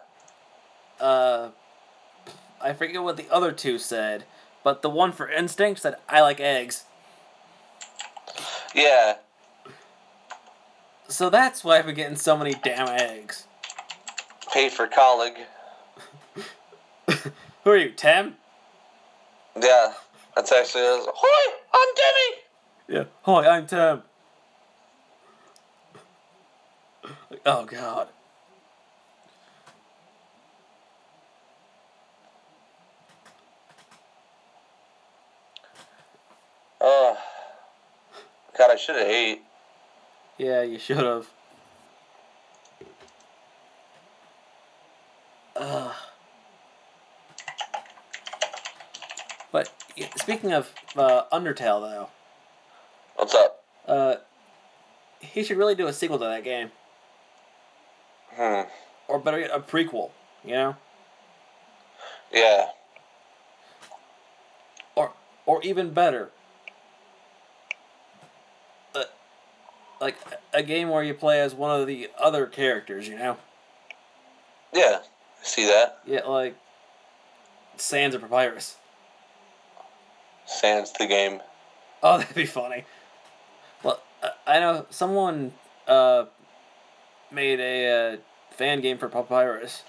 Uh, I forget what the other two said, but the one for Instinct said, "I like eggs." Yeah. So that's why I've been getting so many damn eggs. Pay for colleague. Who are you, Tim? Yeah. That's actually. Hoi! I'm Demi. Yeah. Hi, I'm Tim. Oh God. Oh. God, I should have ate. Yeah, you should have. Ugh. But y- speaking of uh, Undertale, What's up? though, uh, he should really do a sequel to that game, Hmm. or better yet, a prequel. You know, Yeah. or or even better, uh, like a a game where you play as one of the other characters. You know, Yeah. I see that. yeah, like Sands of Papyrus. Sans the game. Oh, that'd be funny. Well, I- I know someone uh, made a uh, fan game for Papyrus.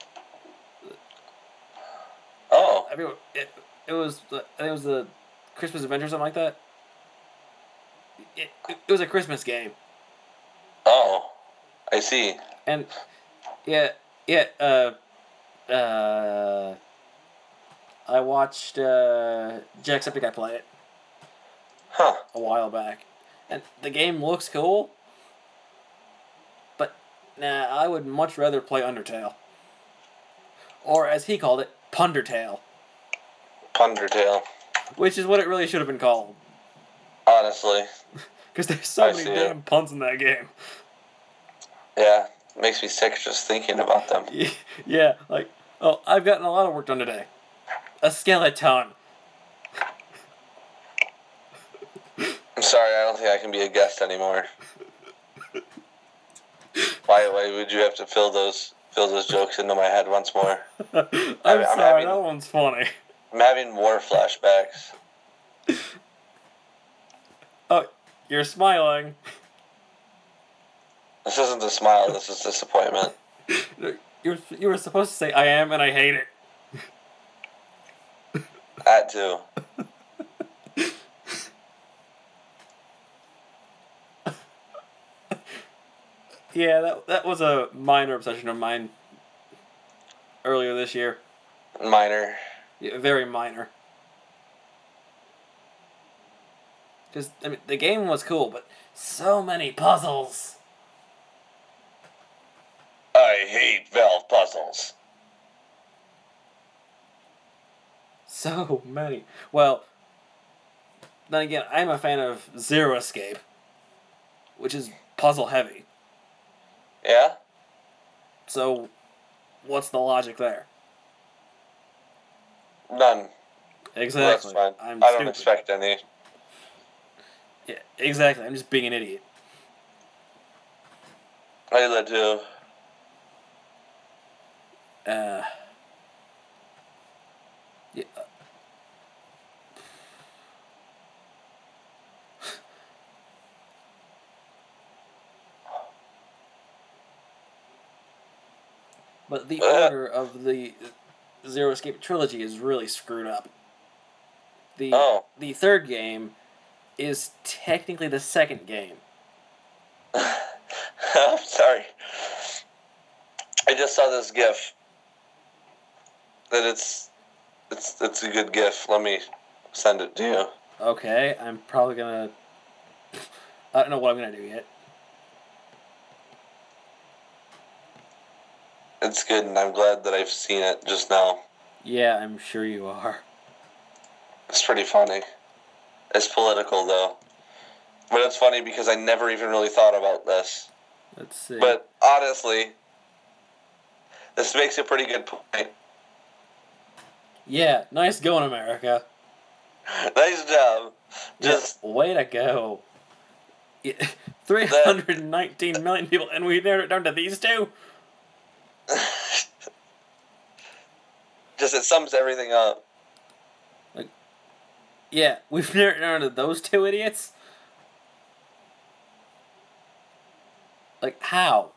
Oh. I mean, it, it was the- I think it was the Christmas Adventure or something like that. It, it, it was a Christmas game, Oh, I see. and yeah, yeah. Uh, uh, I watched uh, Jacksepticeye play it Huh. a while back, and the game looks cool. But nah, I would much rather play Undertale, or as he called it, Pundertale, Pundertail. which is what it really should have been called, Honestly. because there's so I many see it. damn puns in that game. Yeah. Makes me sick just thinking about them. yeah, like oh, I've gotten a lot of work done today. A skeleton. I'm sorry, I don't think I can be a guest anymore. Why, why would you have to fill those fills those jokes into my head once more. I'm, I'm sorry, having- that one's funny. I'm having more flashbacks. Oh, you're smiling. This isn't a smile. This is disappointment. You were, you were supposed to say I am and I hate it. That too. Yeah, that, that was a minor obsession of mine earlier this year. Minor. Yeah, very minor. Because I mean, the game was cool, but so many puzzles. I hate Valve puzzles. So many. Well, then again, I'm a fan of Zero Escape, which is puzzle heavy. Yeah. So, what's the logic there? None. Well, Exactly. That's fine. I'm I stupid. don't expect any. Yeah, exactly. I'm just being an idiot. I do that too. Uh, yeah. uh, But the Uh. order of the Zero Escape trilogy is really screwed up. The Oh. the third game is technically the second game. I'm sorry. I just saw this GIF. That it's, it's it's a good GIF. Let me send it to you. Okay, I'm probably gonna. I don't know what I'm gonna do yet. It's good, and I'm glad that I've seen it just now. Yeah, I'm sure you are. It's pretty funny. It's political though, but it's funny because I never even really thought about this. Let's see. But honestly, this makes a pretty good point. yeah, nice going, America. Nice job. Yeah, Just way to go. Yeah, 319 million people, and we narrowed it down to these two. just it sums everything up. Yeah, we've narrowed it down to those two idiots. Like how?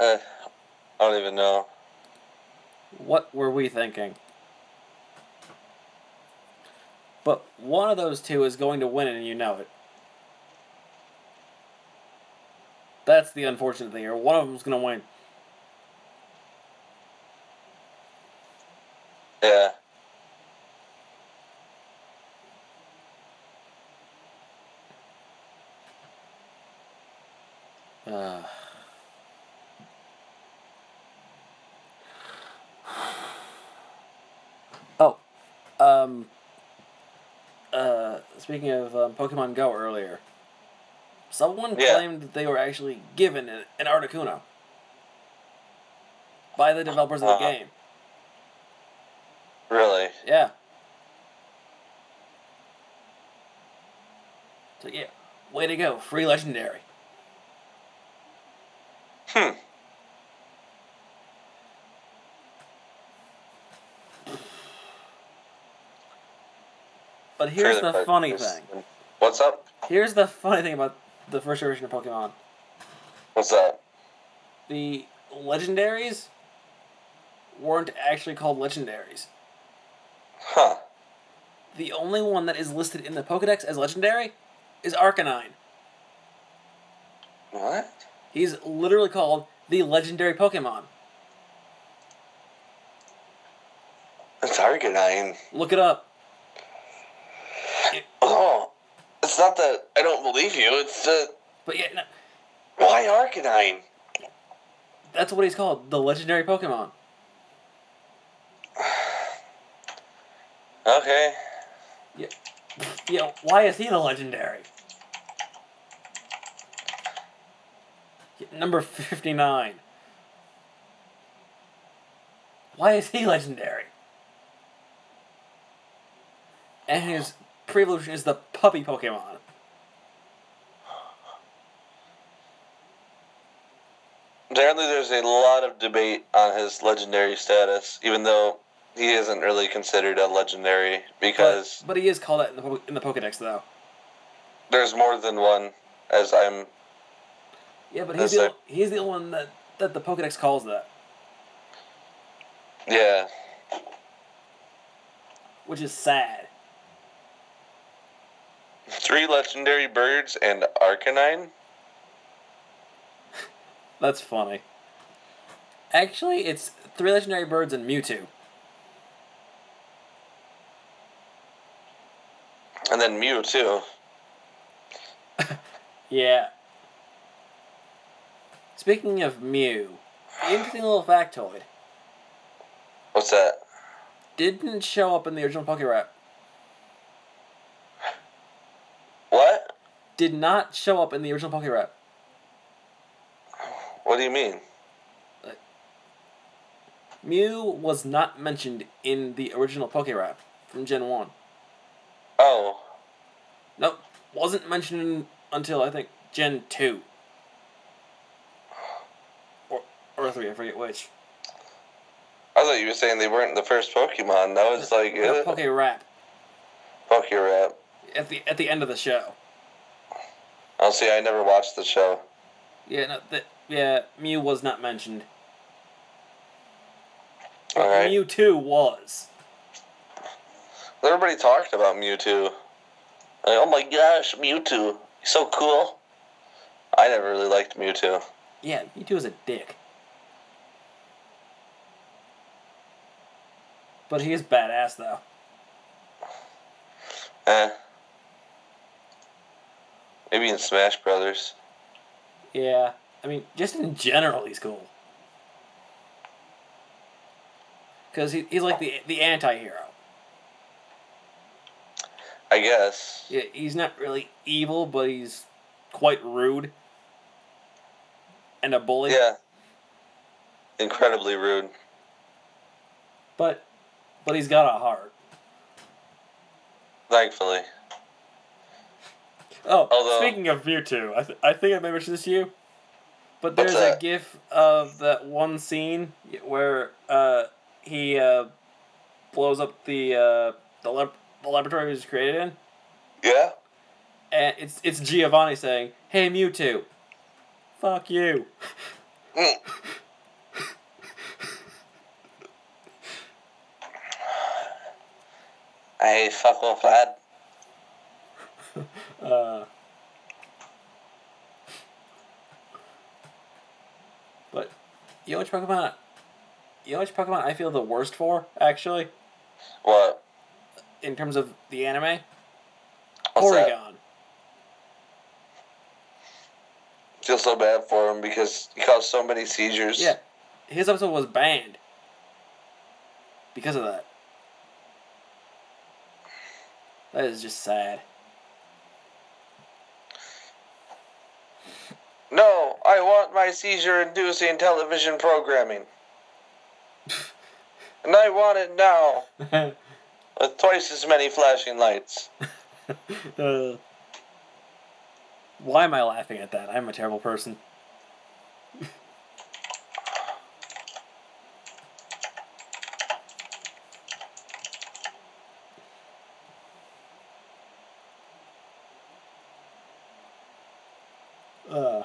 Uh, I don't even know. What were we thinking? But one of those two is going to win it, and you know it. That's the unfortunate thing here. One of them's going to win. Yeah. Uh, oh, um, uh, speaking of um, Pokemon Go earlier, someone Yeah. claimed that they were actually given an, an Articuno by the developers of the Uh-huh. game. Really? Yeah. So yeah, way to go, free legendary. Hmm. But here's Trailer the park funny is- thing. What's up? Here's the funny thing about the first version of Pokemon. What's up? The legendaries weren't actually called legendaries. Huh. The only one that is listed in the Pokedex as legendary is Arcanine. What? He's literally called the legendary Pokemon. It's Arcanine. Look it up. Oh. It's not that I don't believe you. It's the But yeah, no, why Arcanine? that's what he's called, the legendary Pokemon. Okay. Yeah, yeah. Why is he the legendary? Yeah, number fifty nine. Why is he legendary? And his Prevolution is the puppy Pokemon. apparently there's a lot of debate on his legendary status, even though he isn't really considered a legendary because But, but he is called that in the po- in the Pokedex though. there's more than one. As I'm, Yeah, but That's he's the, like- only- he's the only one that, that the Pokedex calls that, yeah, which is sad. three legendary birds and Arcanine. That's funny. Actually, it's three legendary birds and Mewtwo. And then Mew too. Yeah. Speaking of Mew, interesting little factoid. What's that? Didn't show up in the original Pokérap. What? Did not show up in the original Pokérap. What do you mean? Mew was not mentioned in the original Pokérap from Gen 1. Oh, Nope. Wasn't mentioned until I think Gen 2. Or, or 3, I forget which. I thought you were saying they weren't the first Pokemon. That was like The uh, Pokérap Pokérap. at the at the end of the show. Oh, see, I never watched the show. Yeah, no, the, yeah, Mew was not mentioned. But All right. Mewtwo was. Everybody talked about Mewtwo. Like, oh my gosh, Mewtwo. He's so cool. I never really liked Mewtwo. Yeah, Mewtwo is a dick. But he is badass though. Eh. Maybe in Smash Brothers. Yeah, I mean, just in general, he's cool. Cause he, he's like the the anti-hero. I guess. Yeah, he's not really evil, but he's quite rude and a bully. Yeah. Incredibly rude. But but he's got a heart. Thankfully. Oh, Although- speaking of Mewtwo, I, th- I think I may mention this to you, but What's there's a that? gif of that one scene where uh, he uh, blows up the uh, the, lab- the laboratory he was created in, Yeah? and it's it's Giovanni saying, "Hey Mewtwo, fuck you." Mm. hey, fuck off, lad. Uh, but you know which Pokemon, you know which Pokemon I feel the worst for actually. What? in terms of the anime? What's that? Porygon. Feel so bad for him because he caused so many seizures. Yeah. His episode was banned because of that. That is just sad. No, I want my seizure inducing television programming. and I want it now, with twice as many flashing lights. Uh, why am I laughing at that? I'm a terrible person. Uh.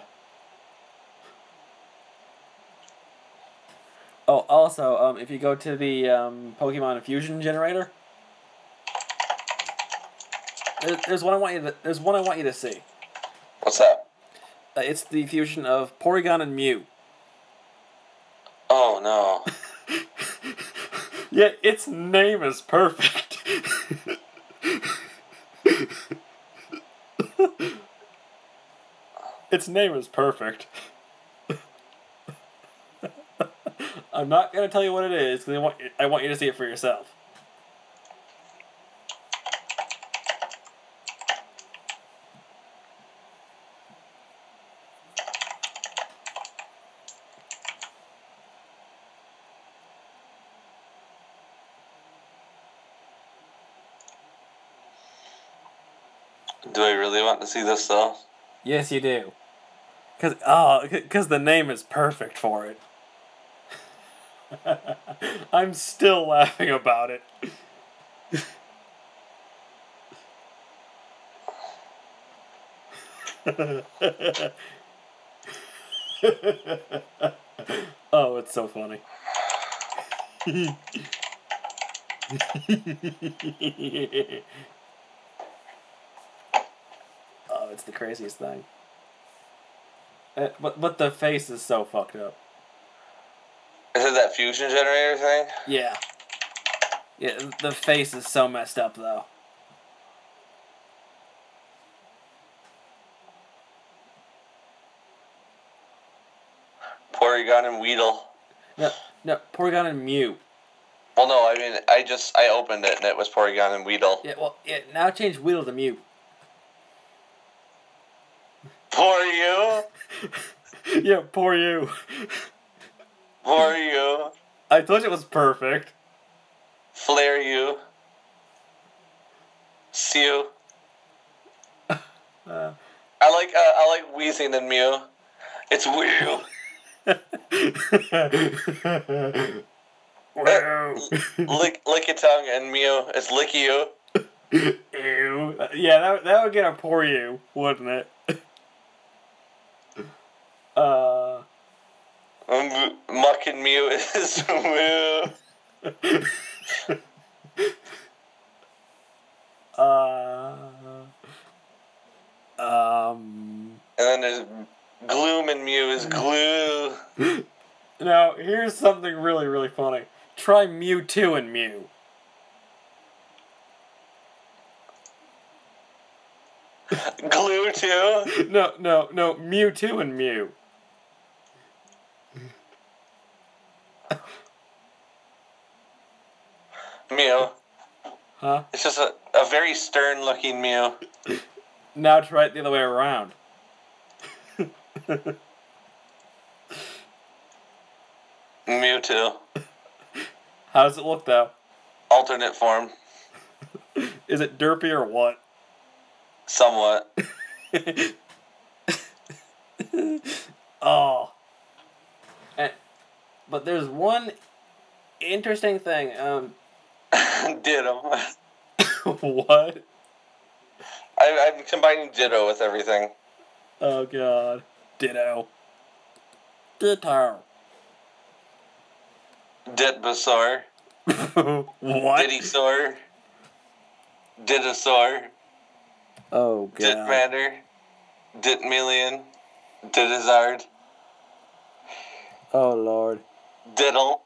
Oh, also, um, if you go to the um, Pokemon Fusion Generator, there- there's one I want you to there's one I want you to see. What's that? Uh, it's the fusion of Porygon and Mew. Oh no. yeah, its name is perfect. its name is perfect. I'm not gonna tell you what it is because I want I want you to see it for yourself. Do I really want to see this though? Yes, you do. Cause oh, c- cause the name is perfect for it. I'm still laughing about it. oh, it's so funny. oh, it's the craziest thing. Uh, but but the face is so fucked up. Is it that fusion generator thing? Yeah. Yeah, the face is so messed up though. Porygon and Weedle. No, no, Porygon and Mew. Well, no, I mean, I just I opened it and it was Porygon and Weedle. Yeah, well, yeah. Now change Weedle to Mew. Poor you, yeah, poor you. poor you, I told you it was perfect. flare you, see you. Uh, I like uh, I like wheezing and Mew. It's Whew. Wow. lick lick your tongue and Mew. It's lick you. Ew. Yeah, that, that would get a poor you, wouldn't it? Uh. Um, Muck and Mew is Woo. uh. Um. And then there's Gloom and Mew is Glue. Now, here's something really, really funny. Try Mewtwo and Mew. Glue too. No, no, no, Mewtwo and Mew. Mew. Huh? It's just a, a very stern looking Mew. Now try it the other way around. Mewtwo. How does it look, though? Alternate form. Is it derpy or what? Somewhat. oh. And, but there's one interesting thing. Um, Ditto. what? I, I'm combining Ditto with everything. Oh god. Ditto. Ditto. Ditbasaur. what? Didysaur. Didosaur. Oh god. Ditmatter. Ditmillion. Didizard. Oh lord. Diddle.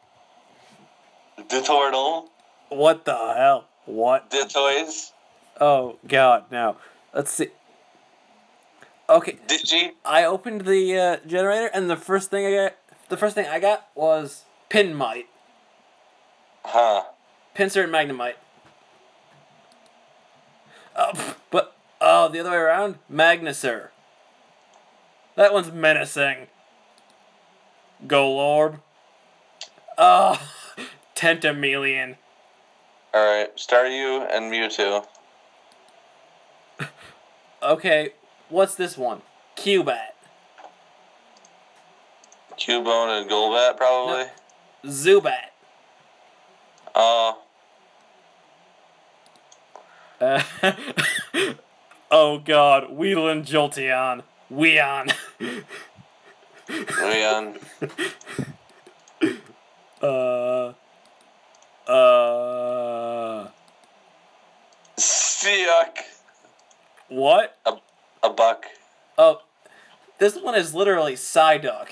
Ditortle. What the hell? What? Ditoys. Oh god. No. Let's see. Okay, Digi. I opened the uh, generator and the first thing I got, the first thing I got was Pinmite, Huh. Pincer and Magnemite. Oh, pff, but oh, the other way around, Magnuser. That one's menacing. Golorb. Oh, Tentamelion. Alright. Staryu and Mewtwo. Okay, what's this one? Cubat, Cubone and Golbat, probably. Zubat. Uh, Uh, oh god, Weedle and Jolteon. Weon. Leon. Uh. Uh. Siak. What? A buck. Oh. This one is literally Psyduck.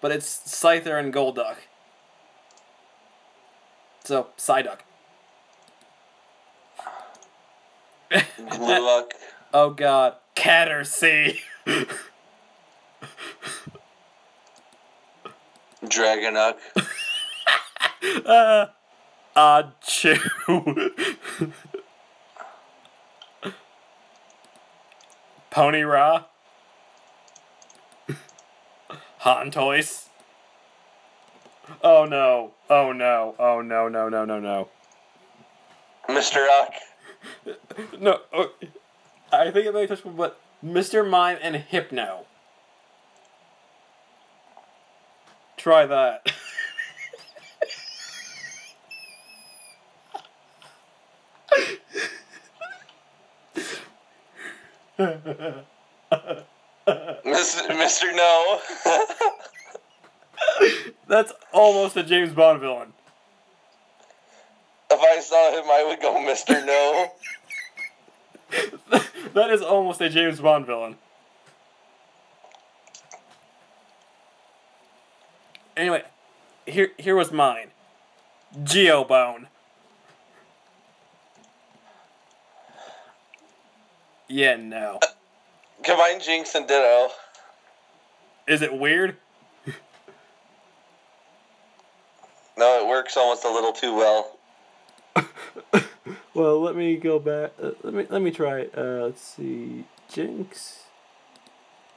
But it's Scyther and Golduck. So, Psyduck. Gluak. Oh god. Cattersea. Dragonuck. uh. Achoo. Pony Ra. Hontois. Oh no. Oh no. Oh no, no, no, no, no. Mr. Ock. No, oh, I think it may touch but Mr. Mime and Hypno. try that. Mister, Mister No. That's almost a James Bond villain. if I saw him, I would go Mister No. that is almost a James Bond villain. Anyway, here here was mine. Geobone. Yeah, no. Combine Jinx and Ditto. Is it weird? No, it works almost a little too well. Well, let me go back. Uh, let me let me try. it. Uh, let's see, Jinx,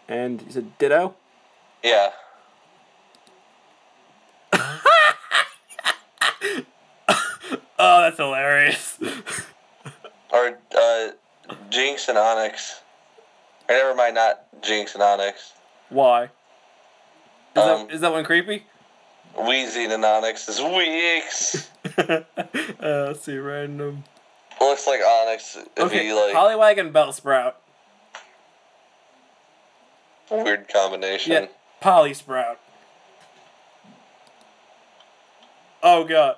and you said Ditto. Yeah. Oh, that's hilarious. Or uh, Jinx and Onyx. Or never mind, not Jinx and Onyx. Why? Is, Um, that, is that one creepy? Wheezy and Onyx is Weeks. uh, let's see, random. Looks like Onyx if Okay, he like Hollywagon Bellsprout. weird combination. Yeah, Polly Sprout. Oh god.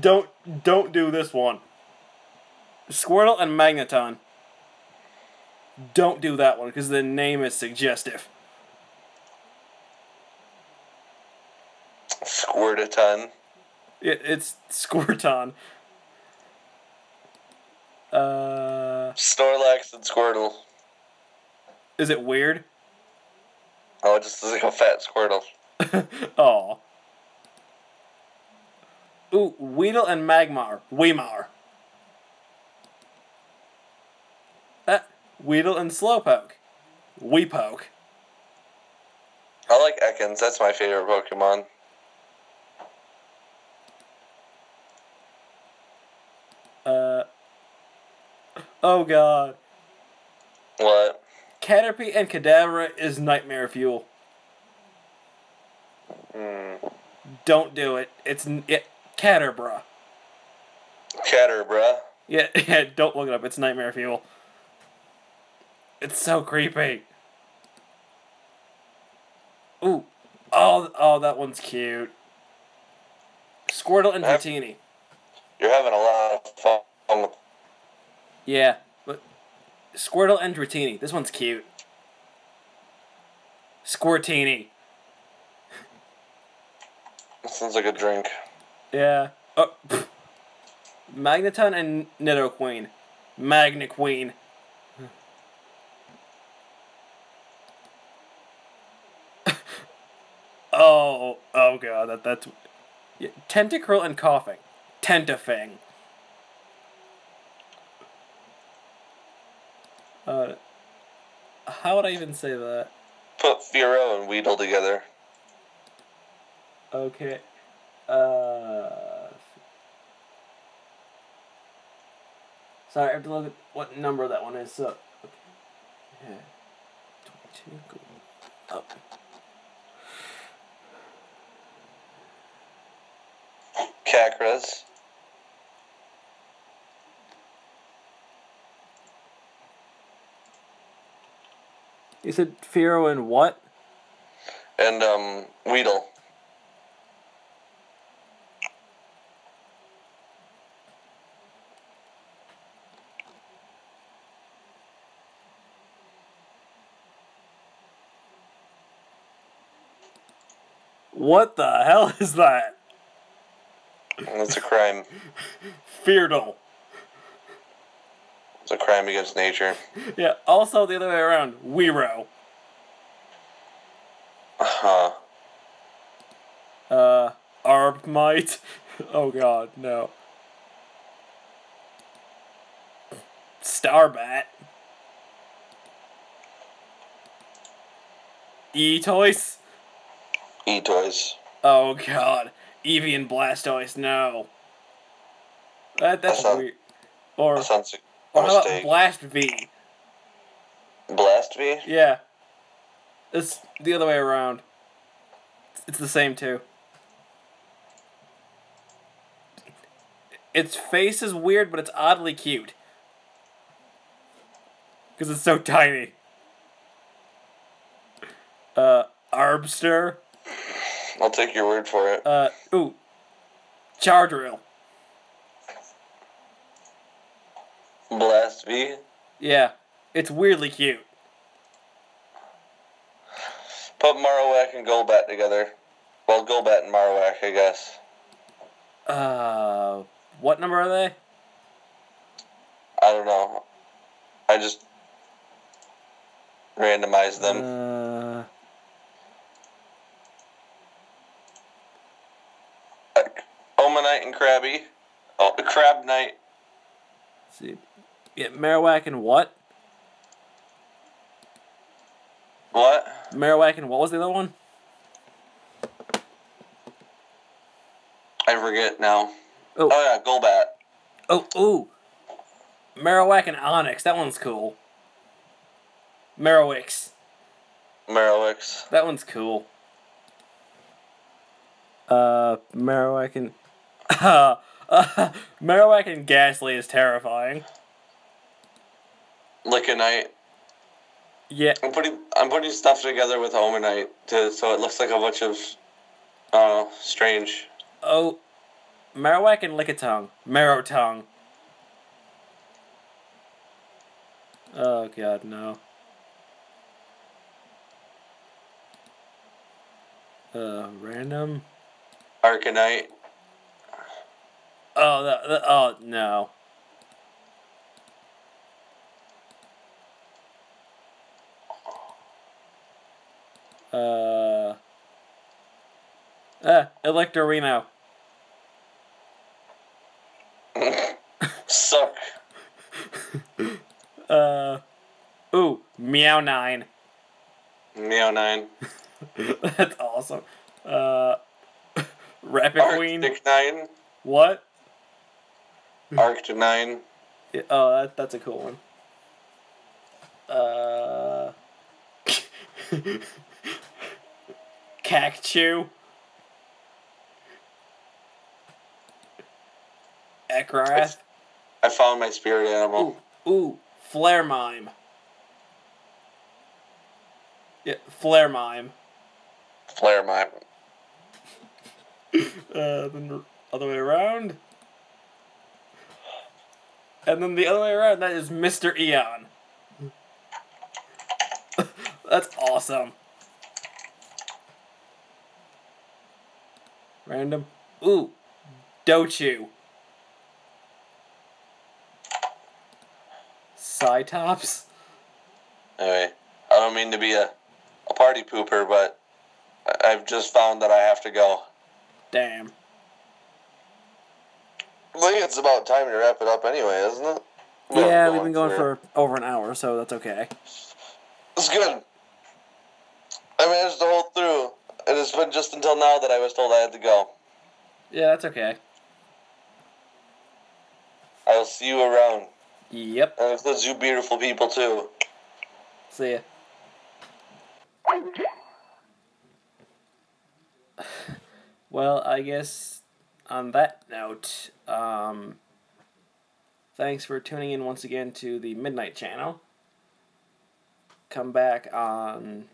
Don't don't do this one. Squirtle and Magneton. Don't do that one because the name is suggestive. Squirt a ton. It, it's Squirton. Uh, Snorlax and Squirtle. is it weird? Oh, it just is like a fat Squirtle. Aw. Ooh, Weedle and Magmar. Weimar. Uh, Weedle and Slowpoke. Weepoke. I like Ekans. That's my favorite Pokemon. Uh, oh god. What? Caterpie and Kadabra is nightmare fuel. Hmm. Don't do it. It's n- it, Caterbra. Caterbra. Yeah, yeah, don't look it up. It's nightmare fuel. It's so creepy. Ooh. Oh, oh, that one's cute. Squirtle and Yep. Dratini. You're having a lot of fun. with- Yeah, but Squirtle and Dratini. This one's cute. Squirtini. That sounds like a drink. Yeah. Oh, pff. Magneton and Nidoqueen. Magnequeen. oh, oh god, that that's yeah. Tentacruel and coughing. Tentafang. Uh, how would I even say that? Put Firo and Weedle together. Okay. Uh. Sorry, I have to look at what number that one is. So. Okay. Oh, Yeah. Twenty-two. Go up. Cacras. You said Firo and what? And um, Weedle. What the hell is that? That's a crime. Feardle. It's a crime against nature. Yeah. Also, the other way around. Weiro. Huh. Uh. Arbmite. Oh God, no. Starbat. E-toys. E toys. Oh god. Eevee and Blastoise, no. That, that's That's not- weird. Or, That sounds like a or how about mistake. Blast V? Blast V? Yeah. It's the other way around. it's the same too. Its face is weird, but it's oddly cute. Because it's so tiny. Uh, Arbster. I'll take your word for it. Uh, ooh. Chardril. Blast V. Yeah. It's weirdly cute. Put Marowak and Golbat together. Well, Golbat and Marowak, I guess. Uh, what number are they? I don't know. I just randomized them. Uh, Uh. Like, Uh, Omanite and Krabby. Oh, Crab Knight. let's see. Yeah, Marowak and what? What? Marowak and what was the other one? I forget now. Oh. Oh yeah, Golbat. Oh, ooh. Marowak and Onyx. That one's cool. Marowix. Marowix. That one's cool. Uh, Marowak and. Uh, Marowak and Ghastly is terrifying. Lickinite. Yeah, I'm putting I'm putting stuff together with Omanite to so it looks like a bunch of uh strange. oh. Marowak and Lickitung. Marrowtongue. Oh, God, no. Uh, random? Arcanite. Oh, the, the, oh no. Uh. Ah, Electorino. Suck. Uh. Ooh, Meow Nine. Meow9. That's awesome. Uh. Rapid Queen. Arctic 9. What? Arctic 9. Yeah, Oh, that, that's a cool one. Uh. Cacchew. Ekrath. I found my spirit animal. Ooh, ooh, Flare Mime. Yeah, Flare Mime. Flare mime. Uh, then the other way around. And then the other way around, that is Mr. Eon. That's awesome. Random. Ooh, Dochu. Cytops. Anyway, I don't mean to be a, a party pooper, but I- I've just found that I have to go. Damn. I think it's about time to wrap it up anyway, isn't it? Well, Yeah, we've been going for over an hour, so that's okay. It's good. I managed to hold through, and it's been just until now that I was told I had to go. Yeah, that's okay. I'll see you around. Yep. And it includes you beautiful people, too. See ya. Well, I guess on that note, um, thanks for tuning in once again to the Midnight Channel. Come back on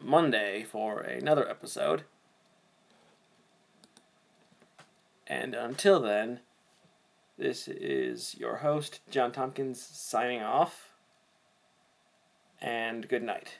Monday for another episode. And until then, this is your host, John Tompkins, signing off. And good night.